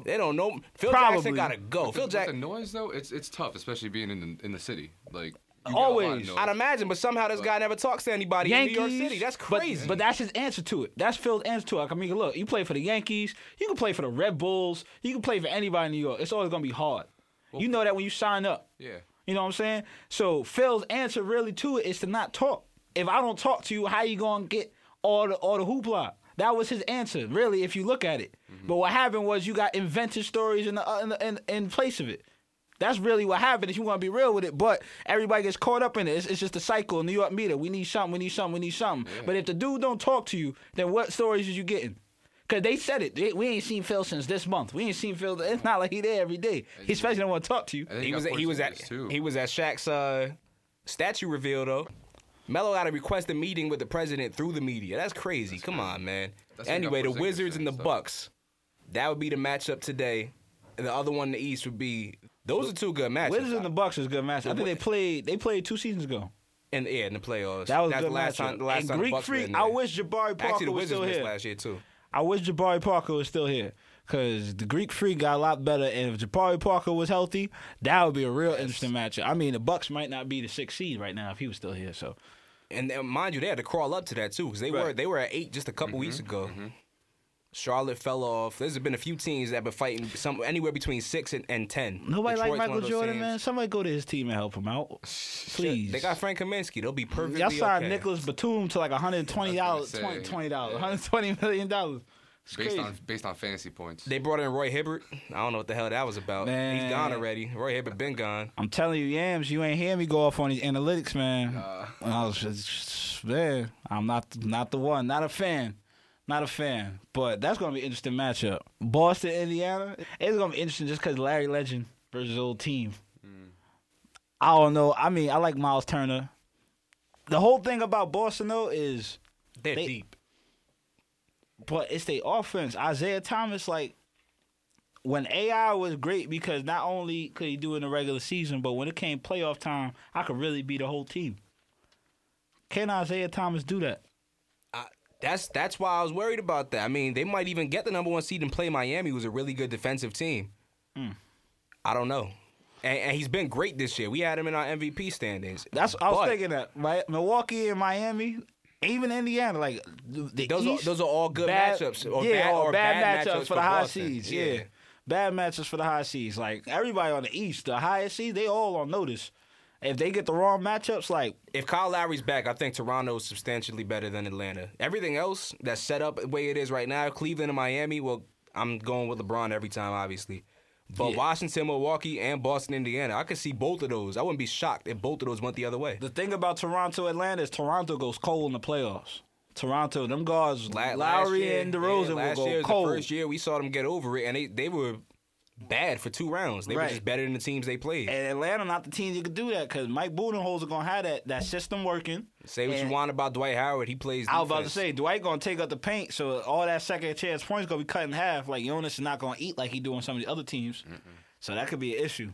They don't know. Phil Probably. Jackson got to go. Phil With the Jackson. noise though, it's it's tough, especially being in the, in the city. Like you get a lot of Always. noise. I'd imagine, but somehow this guy never talks to anybody Yankees, in New York City. That's but- crazy. But, that's his answer to it. That's Phil's answer to it. Like, I mean, look, you play for the Yankees, you can play for the Red Bulls, you can play for anybody in New York. It's always gonna be hard. you know that when you sign up. Yeah. You know what I'm saying? So Phil's answer really to it is to not talk. If I don't talk to you, how you gonna get all the all the hoopla? That was his answer, really, if you look at it. But what happened was you got invented stories in the, uh, in, the in, in place of it. That's really what happened. If you want to be real with it, but everybody gets caught up in it. It's, it's just a cycle. New York media. We need something. We need something. We need something. But if the dude don't talk to you, then what stories is you getting? Cause they said it. They- we ain't seen Phil since this month. We ain't seen Phil. It's not like he there every day. He especially don't want to talk to you. And then he you got was at, he was at Porzingis, too. he was at Shaq's uh, statue reveal though. Melo got to request a meeting with the president through the media. That's crazy. Come on, man. That's what anyway, the got Porzingis Wizards and and the stuff. Bucks. That would be the matchup today. And the other one in the East would be. Those are two good matches. Wizards and the Bucks is a good match. I think they played they played two seasons ago. And yeah, in the playoffs. That was a That's good the last matchup. time. The last and time the Greek Bucks were in Freak. there. I wish Jabari Parker Actually, the was Wizards still missed here. last year too. I wish Jabari Parker was still here because the Greek Freak got a lot better. And if Jabari Parker was healthy, that would be a real interesting matchup. I mean, the Bucks might not be the sixth seed right now if he was still here. So And, then, mind you, they had to crawl up to that too because they were Right. Mm-hmm, they were at eight just a couple weeks ago. Charlotte fell off. There's been a few teams that have been fighting some anywhere between six and, and ten. Nobody Detroit's like one Michael of those Jordan, teams. man. Somebody go to his team and help him out, please. They got Frank Kaminsky. They'll be perfectly Y'all signed okay. Nicholas Batum to like 120 dollars, I was gonna 20 say. dollars, 120 million dollars. It's Based crazy. on based on fantasy points. They brought in Roy Hibbert. I don't know what the hell that was about. Man. He's gone already. Roy Hibbert been gone. I'm telling you, Yams, you ain't hear me go off on these analytics, man. When I was just there. I'm not not the one. Not a fan. Not a fan. But that's gonna be an interesting matchup. Boston, Indiana. It's gonna be interesting just because Larry Legend versus his old team. I don't know. I mean, I like Miles Turner. The whole thing about Boston though is, They're They- deep. but it's their offense. Isaiah Thomas, like when AI was great because not only could he do it in the regular season, but when it came playoff time, I could really be the whole team. Can Isaiah Thomas do that? I, that's that's why I was worried about that. I mean, they might even get the number one seed and play Miami, who's a really good defensive team. Hmm. I don't know. And, and he's been great this year. We had him in our MVP standings. That's I was But thinking that. Mi- Milwaukee and Miami, even Indiana, like the the Those are- East, those are all good matchups, or yeah, bad- or or bad, bad matchups matchups for, for the high Boston. seeds. Yeah. Yeah. bad matchups for the high seeds. Like everybody on the East, the highest seed, they all on notice. If they get the wrong matchups, like if Kyle Lowry's back, I think Toronto is substantially better than Atlanta. Everything else that's set up the way it is right now, Cleveland and Miami, well, I'm going with LeBron every time, obviously. But Yeah. Washington, Milwaukee, and Boston, Indiana, I could see both of those. I wouldn't be shocked if both of those went the other way. The thing about Toronto, Atlanta is Toronto goes cold in the playoffs. Toronto, them guards, La- last Lowry year- and DeRozan yeah, will last go year was cold. The first year we saw them get over it, and they, they were bad for two rounds. They Right. were just better than the teams they played. And Atlanta not the team that could do that because Mike Budenholzer gonna have that that system working. say what and you want about Dwight Howard, he plays. I was about to defense. say Dwight gonna take up the paint, so all that second chance points gonna be cut in half. Like Jonas is not gonna eat like he do on some of the other teams, so that could be an issue.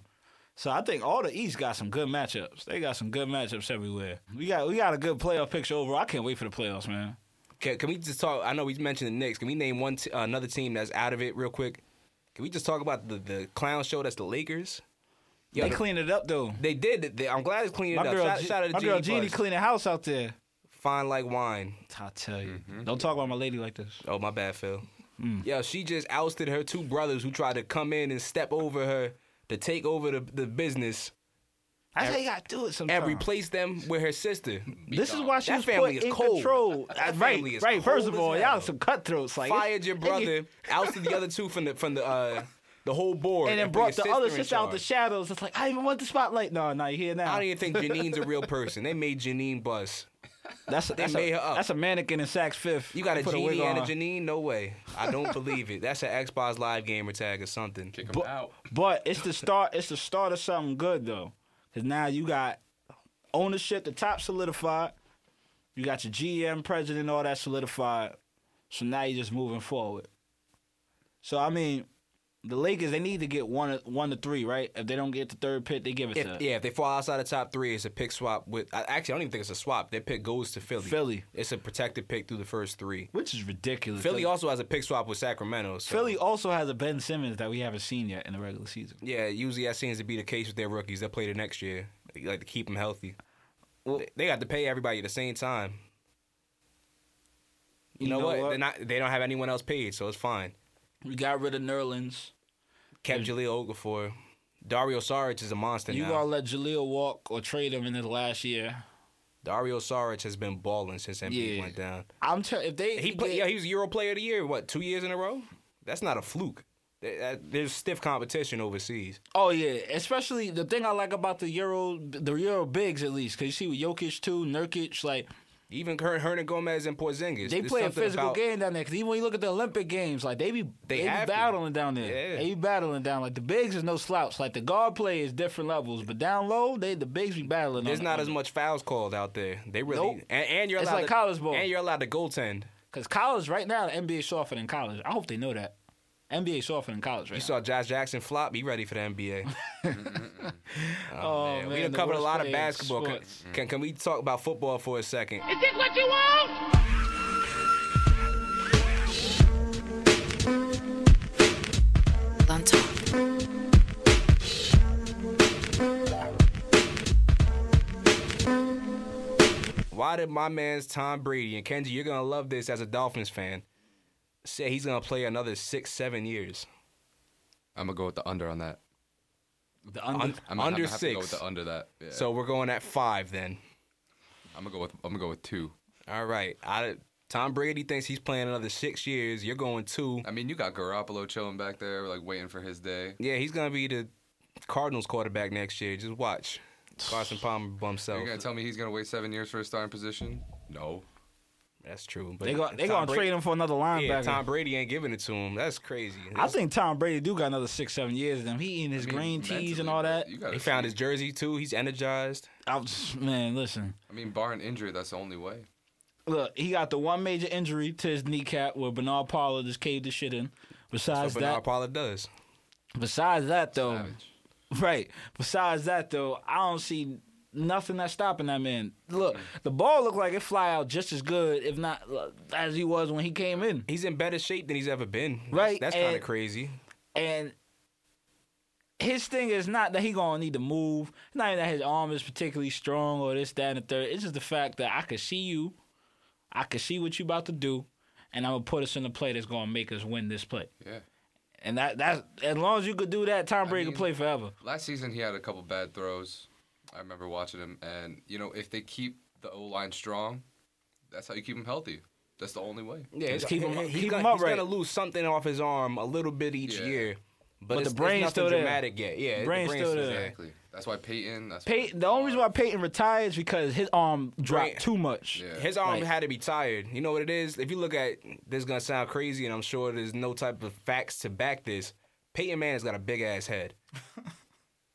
So I think all the East got some good matchups. They got some good matchups everywhere. We got we got a good playoff picture overall. I can't wait for the playoffs, man. Can, can we just talk? I know we mentioned the Knicks. Can we name one t- another team that's out of it real quick? Can we just talk about the, the clown show that's the Lakers? Yo, they the- cleaned it up though. they did. it. They- I'm glad it's cleaning My it up. girl, shout, G- shout out to my girl Jeannie Jeannie Buss. cleaning house out there. Fine like wine. I tell you, Mm-hmm. don't talk about my lady like this. Oh my bad, Phil. Mm. Yo, she just ousted her two brothers who tried to come in and step over her to take over the, the business That's how you gotta do it sometimes. and replace them with her sister. This is why she That was family put is in cold. control. That Uh, family right, is right. First cold of as all, hell. y'all some cutthroats. Like Fired your it's- and you- brother, ousted the other two from the from the uh, the whole board, and then put your brought the other in sister out the charge. shadows. It's like I even want the spotlight. No, no, you here now. I don't even think Janine's a real person. They made Janine bust. that's a, that's, made a, her up. that's a mannequin in Saks Fifth. You got a Put wig Genie and a on. Janine? No way. I don't believe it. That's an Xbox Live gamer tag or something. Kick 'em But, out. but it's the start. It's the start of something good though, because now you got ownership, the top solidified. You got your GM, president, all that solidified. So now you're just moving forward. So I mean, the Lakers they need to get one one to three, right? If they don't get the third pick, they give it If, to yeah, if they fall outside the top three, it's a pick swap with. I- Actually, I don't even think it's a swap. Their pick goes to Philly. Philly. It's a protected pick through the first three. which is ridiculous. Philly Like, also has a pick swap with Sacramento. So. Philly also has a Ben Simmons that we haven't seen yet in the regular season. Yeah, usually that seems to be the case with their rookies. They'll play the next year. They like to keep them healthy. they, they got to pay everybody at the same time. You, know, what? They're not, they don't have anyone else paid, so it's fine. We got rid of Nerlens. Kept Jaleel Okafor. Dario Saric is a monster You now. gonna let Jaleel walk or trade him in his last year? Dario Saric has been balling since Embiid Yeah. went down. I'm telling if they He could play, get- yo, he was Euro Player of the Year. What two years in a row? That's not a fluke. Th- that- There's stiff competition overseas. Oh yeah, especially the thing I like about the Euro, the Euro bigs at least, because you see with Jokic too, Nurkic, like Even Her- Hernan Gomez and Porzingis. they There's play a something physical about- game down there. Because even when you look at the Olympic games, like they be They they, be have to. battling down there. Yeah. They be battling down. Like the bigs is no slouch. Like the guard play is different levels, but down low, they the bigs be battling. There's on, not as much fouls called out there. They really Um, Nope. and, and you're It's allowed like to, college ball. And you're allowed to goaltend. because college right now the NBA is softer than college. I hope they know that. NBA is softer than college right You now. saw Josh Jackson flop. Be ready for the NBA. oh Yeah, we done the covered a worst lot of player in basketball. Can, sports. can, can we talk about football for a second? Is this what you want? Lantok. Why did my man's Tom Brady and Kenji? You're gonna love this as a Dolphins fan. said he's gonna play another six, seven years. I'm gonna go with the under on that. The under, Un- I'm under I'm have To six. go uh, with the under that. Yeah. So we're going at five then. I'm gonna go with I'm gonna go with two. All right. I, Tom Brady thinks he's playing another six years. You're going two. I mean, you got Garoppolo chilling back there, like waiting for his day. Yeah, he's gonna be the Cardinals quarterback next year. Just watch. Carson Palmer by himself. You're gonna tell me he's gonna wait seven years for a starting position? No. That's true. But they go, they Tom gonna Bra- trade him for another linebacker. Yeah, Tom Brady ain't giving it to him. That's crazy. I think Tom Brady do got another six, seven years. of Them he eating his I mean, green teas mentally, and all bro, that. You gotta he found his jersey too. He's energized. I was, man, listen, I mean, barring injury, that's the only way. look, he got the one major injury to his kneecap where Bernard Pollard just caved his shit in. Besides That's what Bernard that, Pollard does. besides that though, Savage. right? Besides that though, I don't see nothing that's stopping that man. Mm. Look, the ball looked like it fly out just as good, if not look, as he was when he came in. He's in better shape than he's ever been. That's- Right, That's, kind and- of crazy. And his thing is not that he gonna need to move. It's not even that his arm is particularly strong or this, that, and the third. It's just the fact that I could see you, I could see what you about to do, and I'm gonna put us in a play that's gonna make us win this play. Yeah. And that that's as long as you could do that, Tom Brady mean- could play forever. Last season, he had a couple bad throws. I remember watching him, and you know, if they keep the O line strong, that's how you keep him healthy. That's the only way. Yeah, Just he's- keep him- he- he's keep gonna, him He's upright. gonna lose something off his arm a little bit each Yeah. year. But, the it's, brain's it's nothing still there. dramatic yet. Yeah, the Brain's still there. Exactly. That's why Peyton. That's why- Peyton, the only reason why Peyton retired is because his arm dropped Right. too much. Yeah. His arm Like- had to be tired. You know what it is? If you look at this, is gonna sound crazy, and I'm sure there's no type of facts to back this. Peyton Manning's got a big ass head,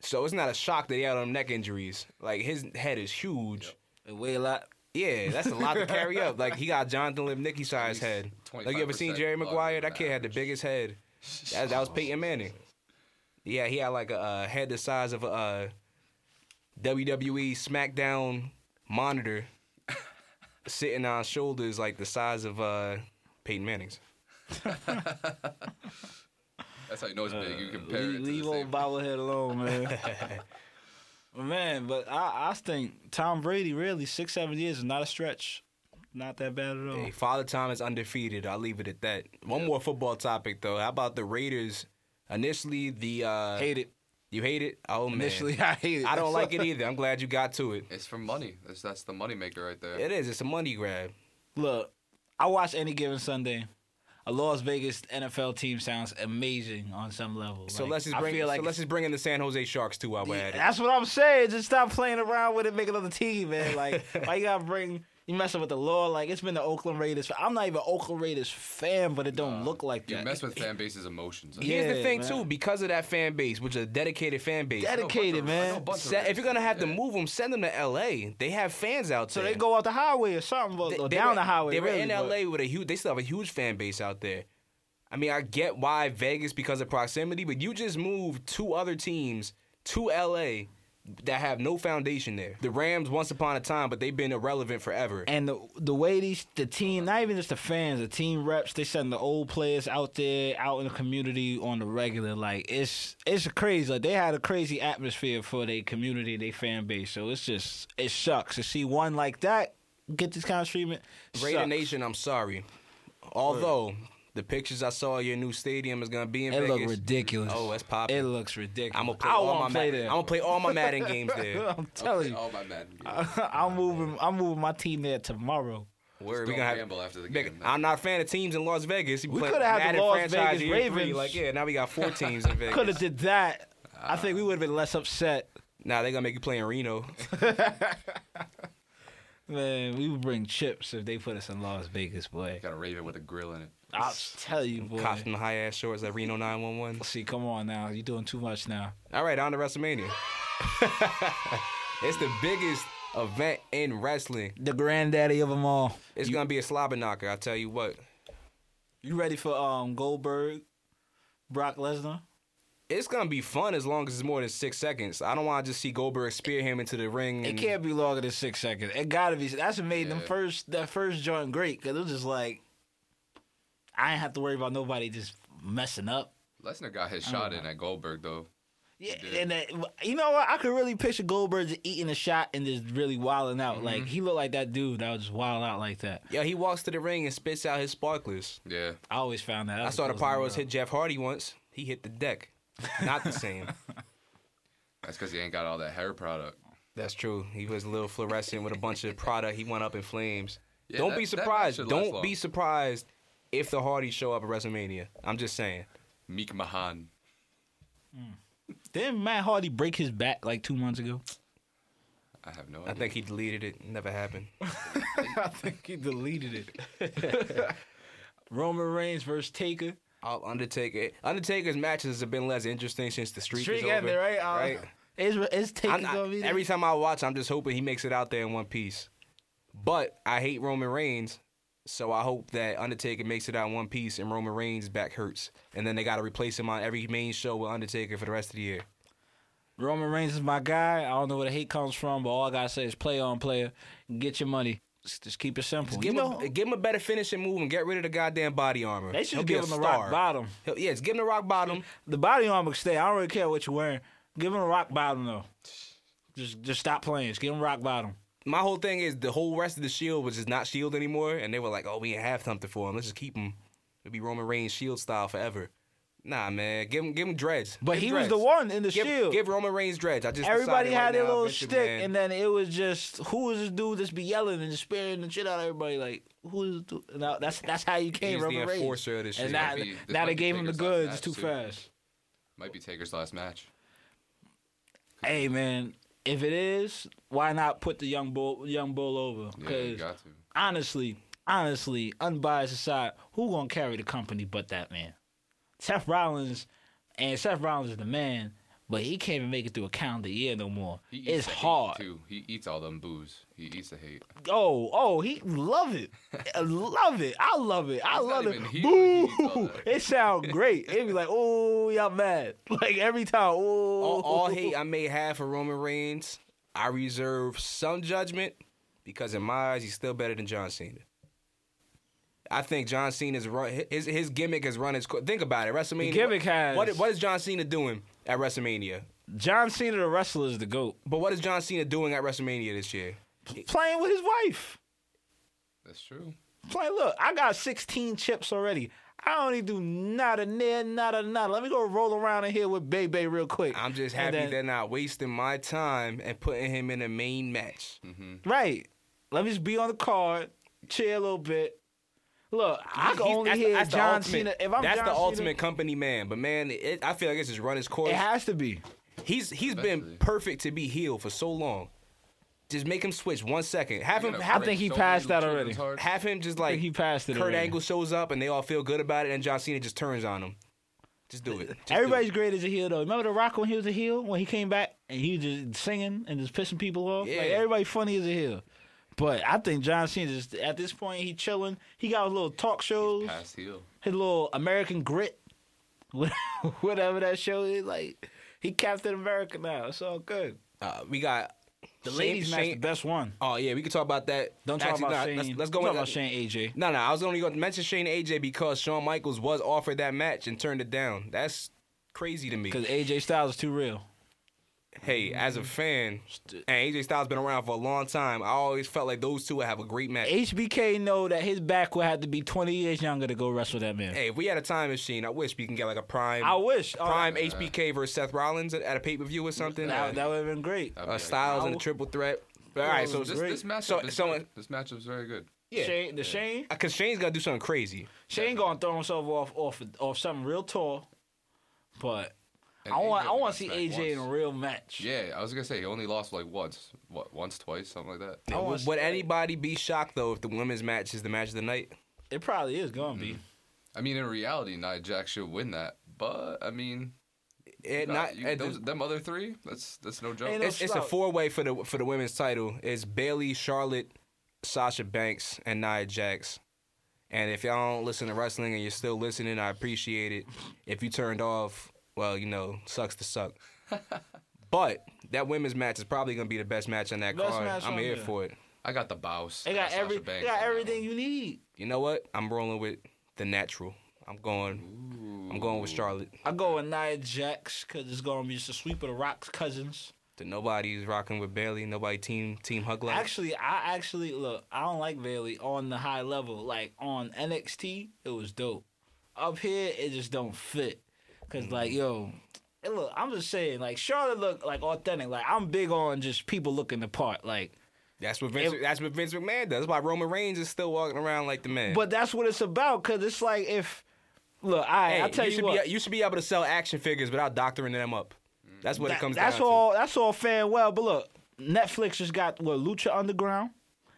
so it's not a shock that he had on neck injuries. Like his head is huge. It weigh a lot. Yeah, that's a lot to carry up. Like he got Jonathan Lipnicki size He's head. Like you ever seen 25% Jerry larger Maguire? than That kid had the average. biggest head. That, that was Peyton Manning. Yeah, he had like a uh, head the size of a uh, WWE SmackDown monitor sitting on shoulders like the size of uh, Peyton Manning's. That's how you know it's big. You compare it Leave, to leave the old same. bobblehead alone, man. man, but I, I think Tom Brady really six seven years is not a stretch, not that bad at all. Hey, Father Time is undefeated. I'll leave it at that. One more football topic though. How about the Raiders? Initially, the uh, Hate it. You hate it? Oh man. Initially, I hate it. I don't like it either. I'm glad you got to it. It's for money. That's, that's the money maker right there. It is. It's a money grab. Look, I watch any given Sunday. A Las Vegas NFL team sounds amazing on some level. So Like, let's just I bring. feel like so let's just bring in the San Jose Sharks too while we're Yeah, at it. That's what I'm saying. Just stop playing around with it, make another team, man. Like, why you gotta bring you messing with the law? Like, it's been the Oakland Raiders. I'm not even an Oakland Raiders fan, but it don't look like You that. mess with fan base's emotions. Yeah, Here's the thing man. too, because of that fan base, which is a dedicated fan base. Dedicated, I know a bunch of- I know a man. bunch of se- if Raiders you're gonna have to fans, yeah. move them, send them to L.A. They have fans out So there. they go out the highway or something, or, They- or they down were- the highway. They were really, in but- L.A. with a huge. They still have a huge fan base out there. I mean, I get why Vegas because of proximity, but you just moved two other teams to L.A. that have no foundation there. The Rams, once upon a time, but they've been irrelevant forever. And the the way these the team, not even just the fans, the team reps, they send the old players out there, out in the community on the regular. Like it's it's crazy. Like they had a crazy atmosphere for their community, their fan base. So it's just it sucks to see one like that get this kind of treatment. Raider sucks. Nation, I'm sorry. Although the pictures I saw of your new stadium is gonna be in it Vegas. look ridiculous. Oh, that's It popping. looks ridiculous. I'm gonna play I all my wanna play Madden. there. I'm gonna play all my Madden games there. I'm telling Oh my man. you, I'm moving. I'm moving my team there tomorrow. Where Just we don't gonna have, gamble after the Nigga, game, man. I'm not a fan of teams in Las Vegas. You We play coulda had the Madden Las franchise Vegas year three, Ravens. Like yeah, now we got four teams in Vegas. Could have did that. I think we would have been less upset. Now they gonna make you play in Reno. Man, we would bring chips if they put us in Las Vegas, boy. Got a raven with a grill in it. I'll tell you, boy. Cops in the high ass shorts at Reno 911. See, come on now. You're doing too much now. All right, on to WrestleMania. it's the biggest event in wrestling. The granddaddy of them all. It's gonna be a slobber knocker. I tell you what. You ready for um Goldberg, Brock Lesnar? it's gonna be fun as long as it's more than six seconds. I don't want to just see Goldberg spear him into the ring. It and- can't be longer than six seconds. It gotta be. That's what made them Yeah. first that first joint great because it was just like I ain't have to worry about nobody just messing up. Lesnar got his shot in at Goldberg though. Yeah, and that, you know what? I could really picture Goldberg just eating a shot and just really wilding out. Like Mm-hmm. he looked like that dude that was just wild out like that. Yo, he walks to the ring and spits out his sparklers. Yeah. I always found that. I saw the pyro Pyros hit Jeff Hardy once. He hit the deck. Not the same. That's because he ain't got all that hair product. That's true. He was a little fluorescent with a bunch of product. He went up in flames. Yeah, Don't that- be that match surprised. should last Don't be long. surprised if the Hardys show up at WrestleMania. I'm just saying. Meek Mahan. Didn't Matt Hardy break his back like two months ago? I have no I idea. think he deleted it. Never happened. I think he deleted it. Roman Reigns versus Taker. I'll Undertaker. Undertaker's matches have been less interesting since the streak Streak is over. ended, right? Uh, Right. Is is Taker I'm- I- gonna be there? every time I watch, I'm just hoping he makes it out there in one piece. But I hate Roman Reigns, so I hope that Undertaker makes it out in one piece and Roman Reigns' back hurts, and then they got to replace him on every main show with Undertaker for the rest of the year. Roman Reigns is my guy. I don't know where the hate comes from, but all I gotta say is play on player. Get your money. Just, just keep it simple. Give, you him, know, a, give him a better finishing move and get rid of the goddamn body armor. they should He'll have be a given him the star. rock bottom. He'll- yes, give him the rock bottom. The body armor can stay. I don't really care what you're wearing. Give him a rock bottom though. Just just stop playing. Just give him rock bottom. My whole thing is the whole rest of the Shield was just not Shield anymore, and they were like, "Oh, we ain't have something for him. Let's just keep him. It'll be Roman Reigns Shield style forever." Nah, man, give him give him dreads. But Give he dreads. was the one in the give, shield. Give Roman Reigns dreads. I just decided everybody right had their now, little Vince stick, McMahon- and then it was just who is this dude that's be yelling and sparing the shit out of everybody? Like who is this dude? And now that's that's how you came He's the Roman Reigns. enforcer of this shit. And now, Might be- this now might they be gave him the Taker's last goods match, too too. fast. Might be Taker's last match. Hey man, if it is, why not put the young bull young bull over? Yeah, you Because got to. honestly, honestly, unbiased aside, who gonna carry the company but that man? Seth Rollins, and Seth Rollins is the man, but he can't even make it through a calendar year no more. He eats It's the hate, hard. Too. He eats all them booze. He eats the hate. Oh, oh, he love it, I love it. I love it. I He's not love even it. here when he eats all Boo! that. It sound great. It be like, oh, y'all mad. Like every time. Oh, all, all hate I may have for Roman Reigns, I reserve some judgment because in my eyes, he's still better than John Cena. I think John Cena's run his his gimmick has run its. co- Think about it, WrestleMania. gimmick has- what what is John Cena doing at WrestleMania? John Cena, the wrestler, is the goat. But what is John Cena doing at WrestleMania this year? Playing with his wife. That's true. Play. Look, I got 16 chips already. I only do not a near, not a nada. Let me go roll around in here with Bay Bay real quick. I'm just And happy then- they're not wasting my time and putting him in a main match. Right. Let me just be on the card, chill a little bit. Look, I He's- can he's- only that's the- hear that's the John ultimate- Cena. If I'm that's John the Cena- ultimate company man, but man, it, I feel like it's just run its course. It has to be. He's he's Especially. been perfect to be healed for so long. Just make him switch one second. Have him Gotta have, think break he so passed many that already. children's hearts. have him just like he passed it Kurt already. Angle shows up and they all feel good about it, and John Cena just turns on him. Just do it. Just do Everybody's it. great as a heel though. Remember The Rock when he was a heel when he came back and he was just singing and just pissing people off. Yeah. Like everybody funny as a heel. But I think John Cena just at this point he chilling. He got his little talk shows, Pass heel. his little American grit, whatever that show is. Like he Captain America now. It's all good. Uh, we got The Shane- ladies match the Shane- best one. Oh yeah, we can talk about that. Don't talk Actually, about nah, Shane. Let's, let's go Don't with talk about that. Shane AJ. No, no, I was only going to mention Shane AJ because Shawn Michaels was offered that match and turned it down. That's crazy to me. Because AJ Styles is too real. Hey, as a fan, and AJ Styles been around for a long time. I always felt like those two would have a great match. HBK know that his back would have to be 20 years younger to go wrestle that man. Hey, if we had a time machine, I wish we can get like a prime. I wish. Oh, prime HBK versus Seth Rollins at, at a pay per view or something. that, that would have been great. That'd be uh, like- Styles and a triple threat. But, all right, so This, great. this matchup So- is so- good. this matchup's very good. Shane, the Shane, because uh, Shane's gonna do something crazy. Shane gonna throw himself off off off something real tall, but And I want AJ I want lost to see back AJ in a once. real match. Yeah, I was gonna say he only lost like once, what once, twice, something like that. I Oh, wanna Would, see would that. anybody be shocked though if the women's match is the match of the night? It probably is gonna be. I mean, in reality, Nia Jax should win that, but I mean, It Eh, nah, not. you- it- those, them other three, that's that's no joke. Ain't no it's, it's a slouch. four way for the for the women's title. It's Bailey, Charlotte, Sasha Banks, and Nia Jax. And if y'all don't listen to wrestling and you're still listening, I appreciate it. If you turned off, well, you know, sucks to suck. but that women's match is probably gonna be the best match on that Best card. match I'm on here there. for it. I got the bouse. They I got Sasha every Banks they got on that everything one. you need. You know what? I'm rolling with the natural. I'm going. I'm going with Charlotte. I go with Nia Jax because it's gonna be just a sweep of the Rock's cousins. That nobody's rocking with Bailey. Nobody team team hug like. Actually, I actually look. I don't like Bailey on the high level. Like on NXT, it was dope. Up here, it just don't fit. Mm. Cause like yo, and look, I'm just saying. Like Charlotte look like authentic. Like I'm big on just people looking the part. Like, that's what Vince. It- that's what Vince McMahon does. That's why Roman Reigns is still walking around like the man. but that's what it's about. Cause it's like if look, I hey, I tell you, should what, be you should be able to sell action figures without doctoring them up. That's what it that- comes that's down to. all. That's all fair and well. But look, Netflix just got what Lucha Underground.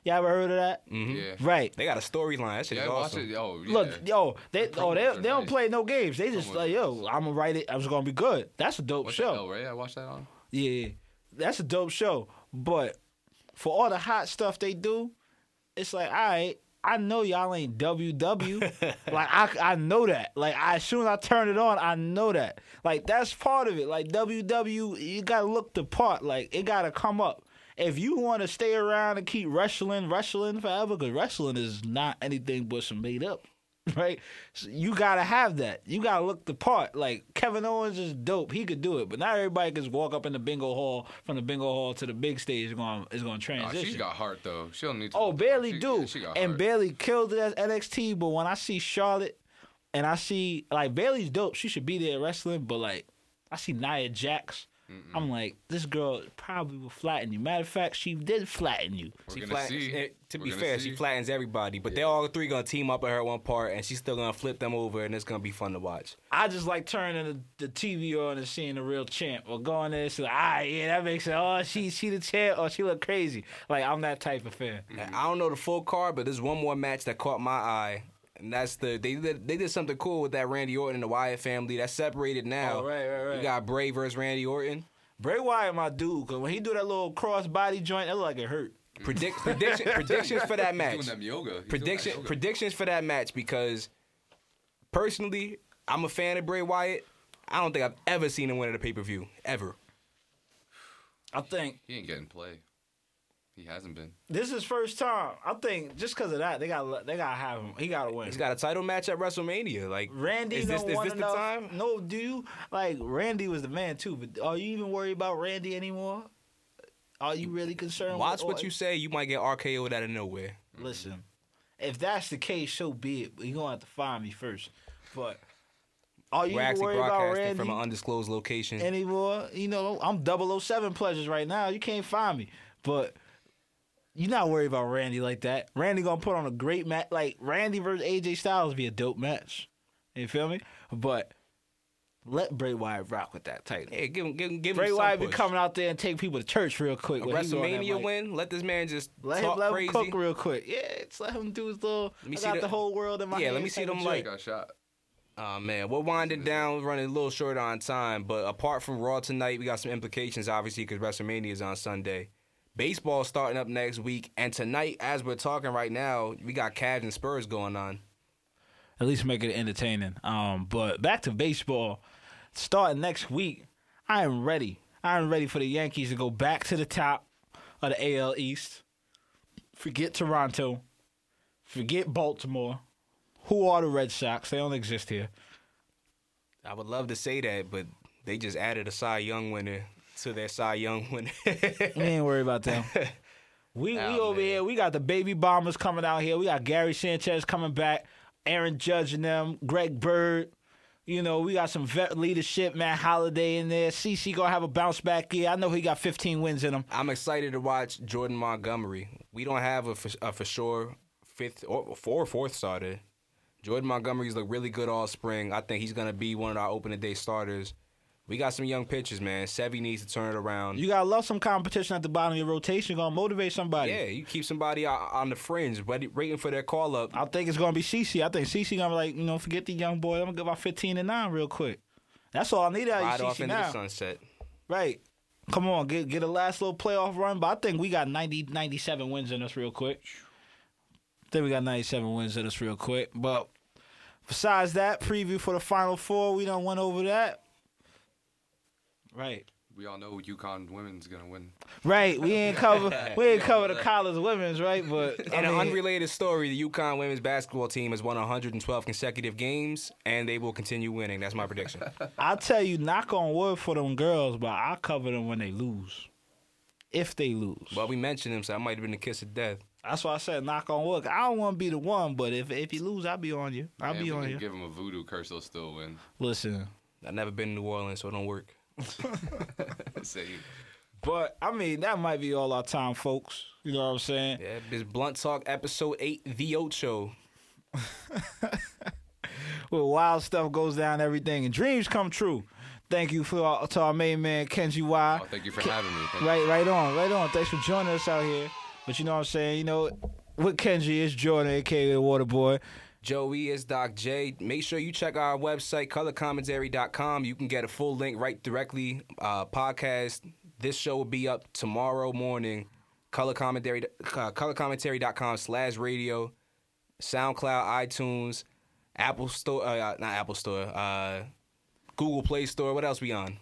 Y'all ever heard of that? Yeah. Mm-hmm. Right. They got a storyline. That shit Yeah, is watch awesome. it. Oh, Mm-hmm. yeah. Look, yo, they The oh they, promos are they don't nice. play no games. They just Promos like are yo, I'm gonna write it. I was gonna be good. That's a dope What's show. that, El Rey? I watched that on. Yeah, yeah. that's a dope show. But for all the hot stuff they do, it's like all right. I know y'all ain't WW. like I, I know that. Like I, as soon as I turn it on, I know that. Like that's part of it. Like WW, you gotta look the part. Like it gotta come up. If you want to stay around and keep wrestling, wrestling forever, because wrestling is not anything but some made up, right? So you gotta have that. You gotta look the part. Like Kevin Owens is dope. He could do it, but not everybody can just walk up in the bingo hall from the bingo hall to the big stage. Is going to is going to Nah, transition. she's got heart though. She don't need. To Oh, barely she, do. yeah, she got and heart. barely killed it at NXT. But when I see Charlotte and I see like Bailey's dope, she should be there wrestling. But like I see Nia Jax, I'm like, this girl probably will flatten you. Matter of fact, she did flatten you. We're She gonna flattens, see. eh, to We're be gonna fair, see. she flattens everybody, but they're all three gonna team up at her at one part, and she's still gonna flip them over, and it's gonna be fun to watch. I just like turning the, the TV on and seeing the real champ or going there. So, ah, yeah, that makes it. Oh, she she the champ. Oh, she look crazy. Like I'm that type of fan. Mm. And I don't know the full card, but there's one more match that caught my eye, and that's the they did, they did something cool with that Randy Orton and the Wyatt family that's separated now. Oh, right, right, right. You got Bray versus Randy Orton. Bray Wyatt, my dude, because when he do that little cross body joint, that look like it hurt. Predict prediction predictions for that match. He's doing that yoga. He's doing that prediction yoga. predictions for that match because personally, I'm a fan of Bray Wyatt. I don't think I've ever seen him win at a pay per view ever. I think He ain't getting play. He hasn't been. This is his first time. I think just because of that, they got they got to have him. He got to win. He's got a title match at WrestleMania. Like Randy is this don't is want this the enough- time? No, do you like Randy was the man too? But are you even worried about Randy anymore? Are you really concerned? Watch with, what you say. You might get RKO'd out of nowhere. Listen, if that's the case, so be it. But you gonna have to find me first. But are you We're even actually worried about broadcasting Randy from an undisclosed location. anymore? You know, I'm 007 pleasures right now. You can't find me. But you're not worried about Randy like that. Randy gonna put on a great match. Like Randy versus AJ Styles be a dope match. You feel me? But let Bray Wyatt rock with that title. yeah, give him, give him, give him Bray some Wyatt be push. coming out there and take people to church real quick. A when he go on that WrestleMania mic. win. Let this man just Let talk him let crazy. him cook real quick. Yeah, just let him do his little. Let me I see got the- the, whole world in my Yeah, let hands me see type of them, joint. like, Got shot. Oh man, we're winding down, running a little short on time. But apart from Raw tonight, we got some implications, obviously, because WrestleMania is on Sunday. Baseball starting up next week, and tonight, as we're talking right now, we got Cavs and Spurs going on. at least make it entertaining. Um, but back to baseball. Starting next week, I am ready. I am ready for the Yankees to go back to the top of the AL East. Forget Toronto. Forget Baltimore. Who are the Red Sox? They don't exist here. I would love to say that, but they just added a Cy Young winner to their Cy Young winner. We ain't worried about them. We, we Oh, over man. here. We got the baby bombers coming out here. We got Gary Sanchez coming back, Aaron Judge and them, Greg Bird. You know, we got some vet leadership, Matt Holiday in there. CC gonna have a bounce back year. I know he got 15 wins in him. I'm excited to watch Jordan Montgomery. We don't have a for, a for sure fifth or four or fourth starter. Jordan Montgomery's looked really good all spring. I think he's gonna be one of our opening day starters. We got some young pitchers, man. Sevy needs to turn it around. You gotta love some competition at the bottom of your rotation. Gonna motivate somebody. yeah, you keep somebody o- on the fringe, ready, waiting for their call up. I think it's gonna be CC. I think CC gonna be like, you know, forget the young boy. I'm gonna get my 15 and nine real quick. That's all I need out Ride of you, off CC into now. the sunset. Right. Come on, get get a last little playoff run. But I think we got 90, 97 wins in us real quick. I think we got 97 wins in us real quick. But besides that, preview for the Final Four, we done went over that. Right. we all know UConn women's gonna win. Right, we ain't cover we ain't cover the college women's right, but I In an mean, unrelated story, the UConn women's basketball team has won 112 consecutive games, and they will continue winning. That's my prediction. I'll tell you, knock on wood for them girls, but I cover them when they lose, if they lose. but we mentioned him, so I might have been the kiss of death. That's why I said knock on wood. I don't want to be the one, but if if you lose, I'll be on you. I'll And be we on can you. Give them a voodoo curse, they'll still win. Listen, I've never been to New Orleans, so it don't work. Say you- but I mean that might be all our time, folks. You know what I'm saying? Yeah, this Blunt Talk episode eight, the Ocho. Where wild stuff goes down, everything and dreams come true. Thank you for our, to our main man Kenji Y. Oh, thank you for having me. Thank you. Right, right on, right on. Thanks for joining us out here. But you know what I'm saying? You know, with Kenji is Jordan, aka the Water Boy. Joey is Doc J. Make sure you check our website, colorcommentary.com. You can get a full link right directly. Uh, podcast. This show will be up tomorrow morning. Color commentary, uh, colorcommentary.com slash radio, SoundCloud, iTunes, Apple Store, uh, not Apple Store, uh, Google Play Store. What else we on?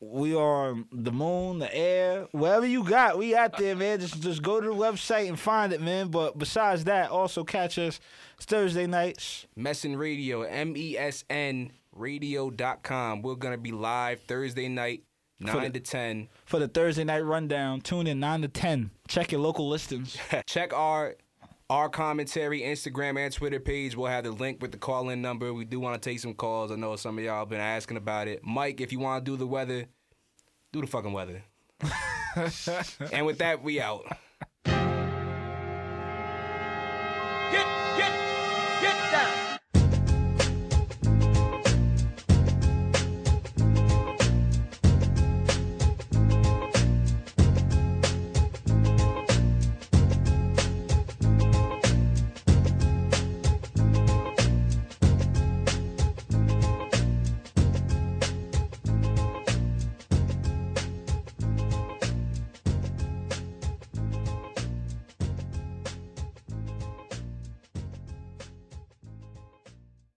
We on the moon, the air, wherever you got, we out there, man. Just just go to the website and find it, man. But besides that, also catch us Thursday nights. Messin Radio, M E S N radio.com. We're going to be live Thursday night, 9 to 10. For the Thursday night rundown, tune in nine to ten. Check your local listings. check our our commentary Instagram and Twitter page. We'll have the link with the call in number. We do want to take some calls. I know some of y'all been asking about it. Mike, if you want to do the weather, do the fucking weather. and with that, we out.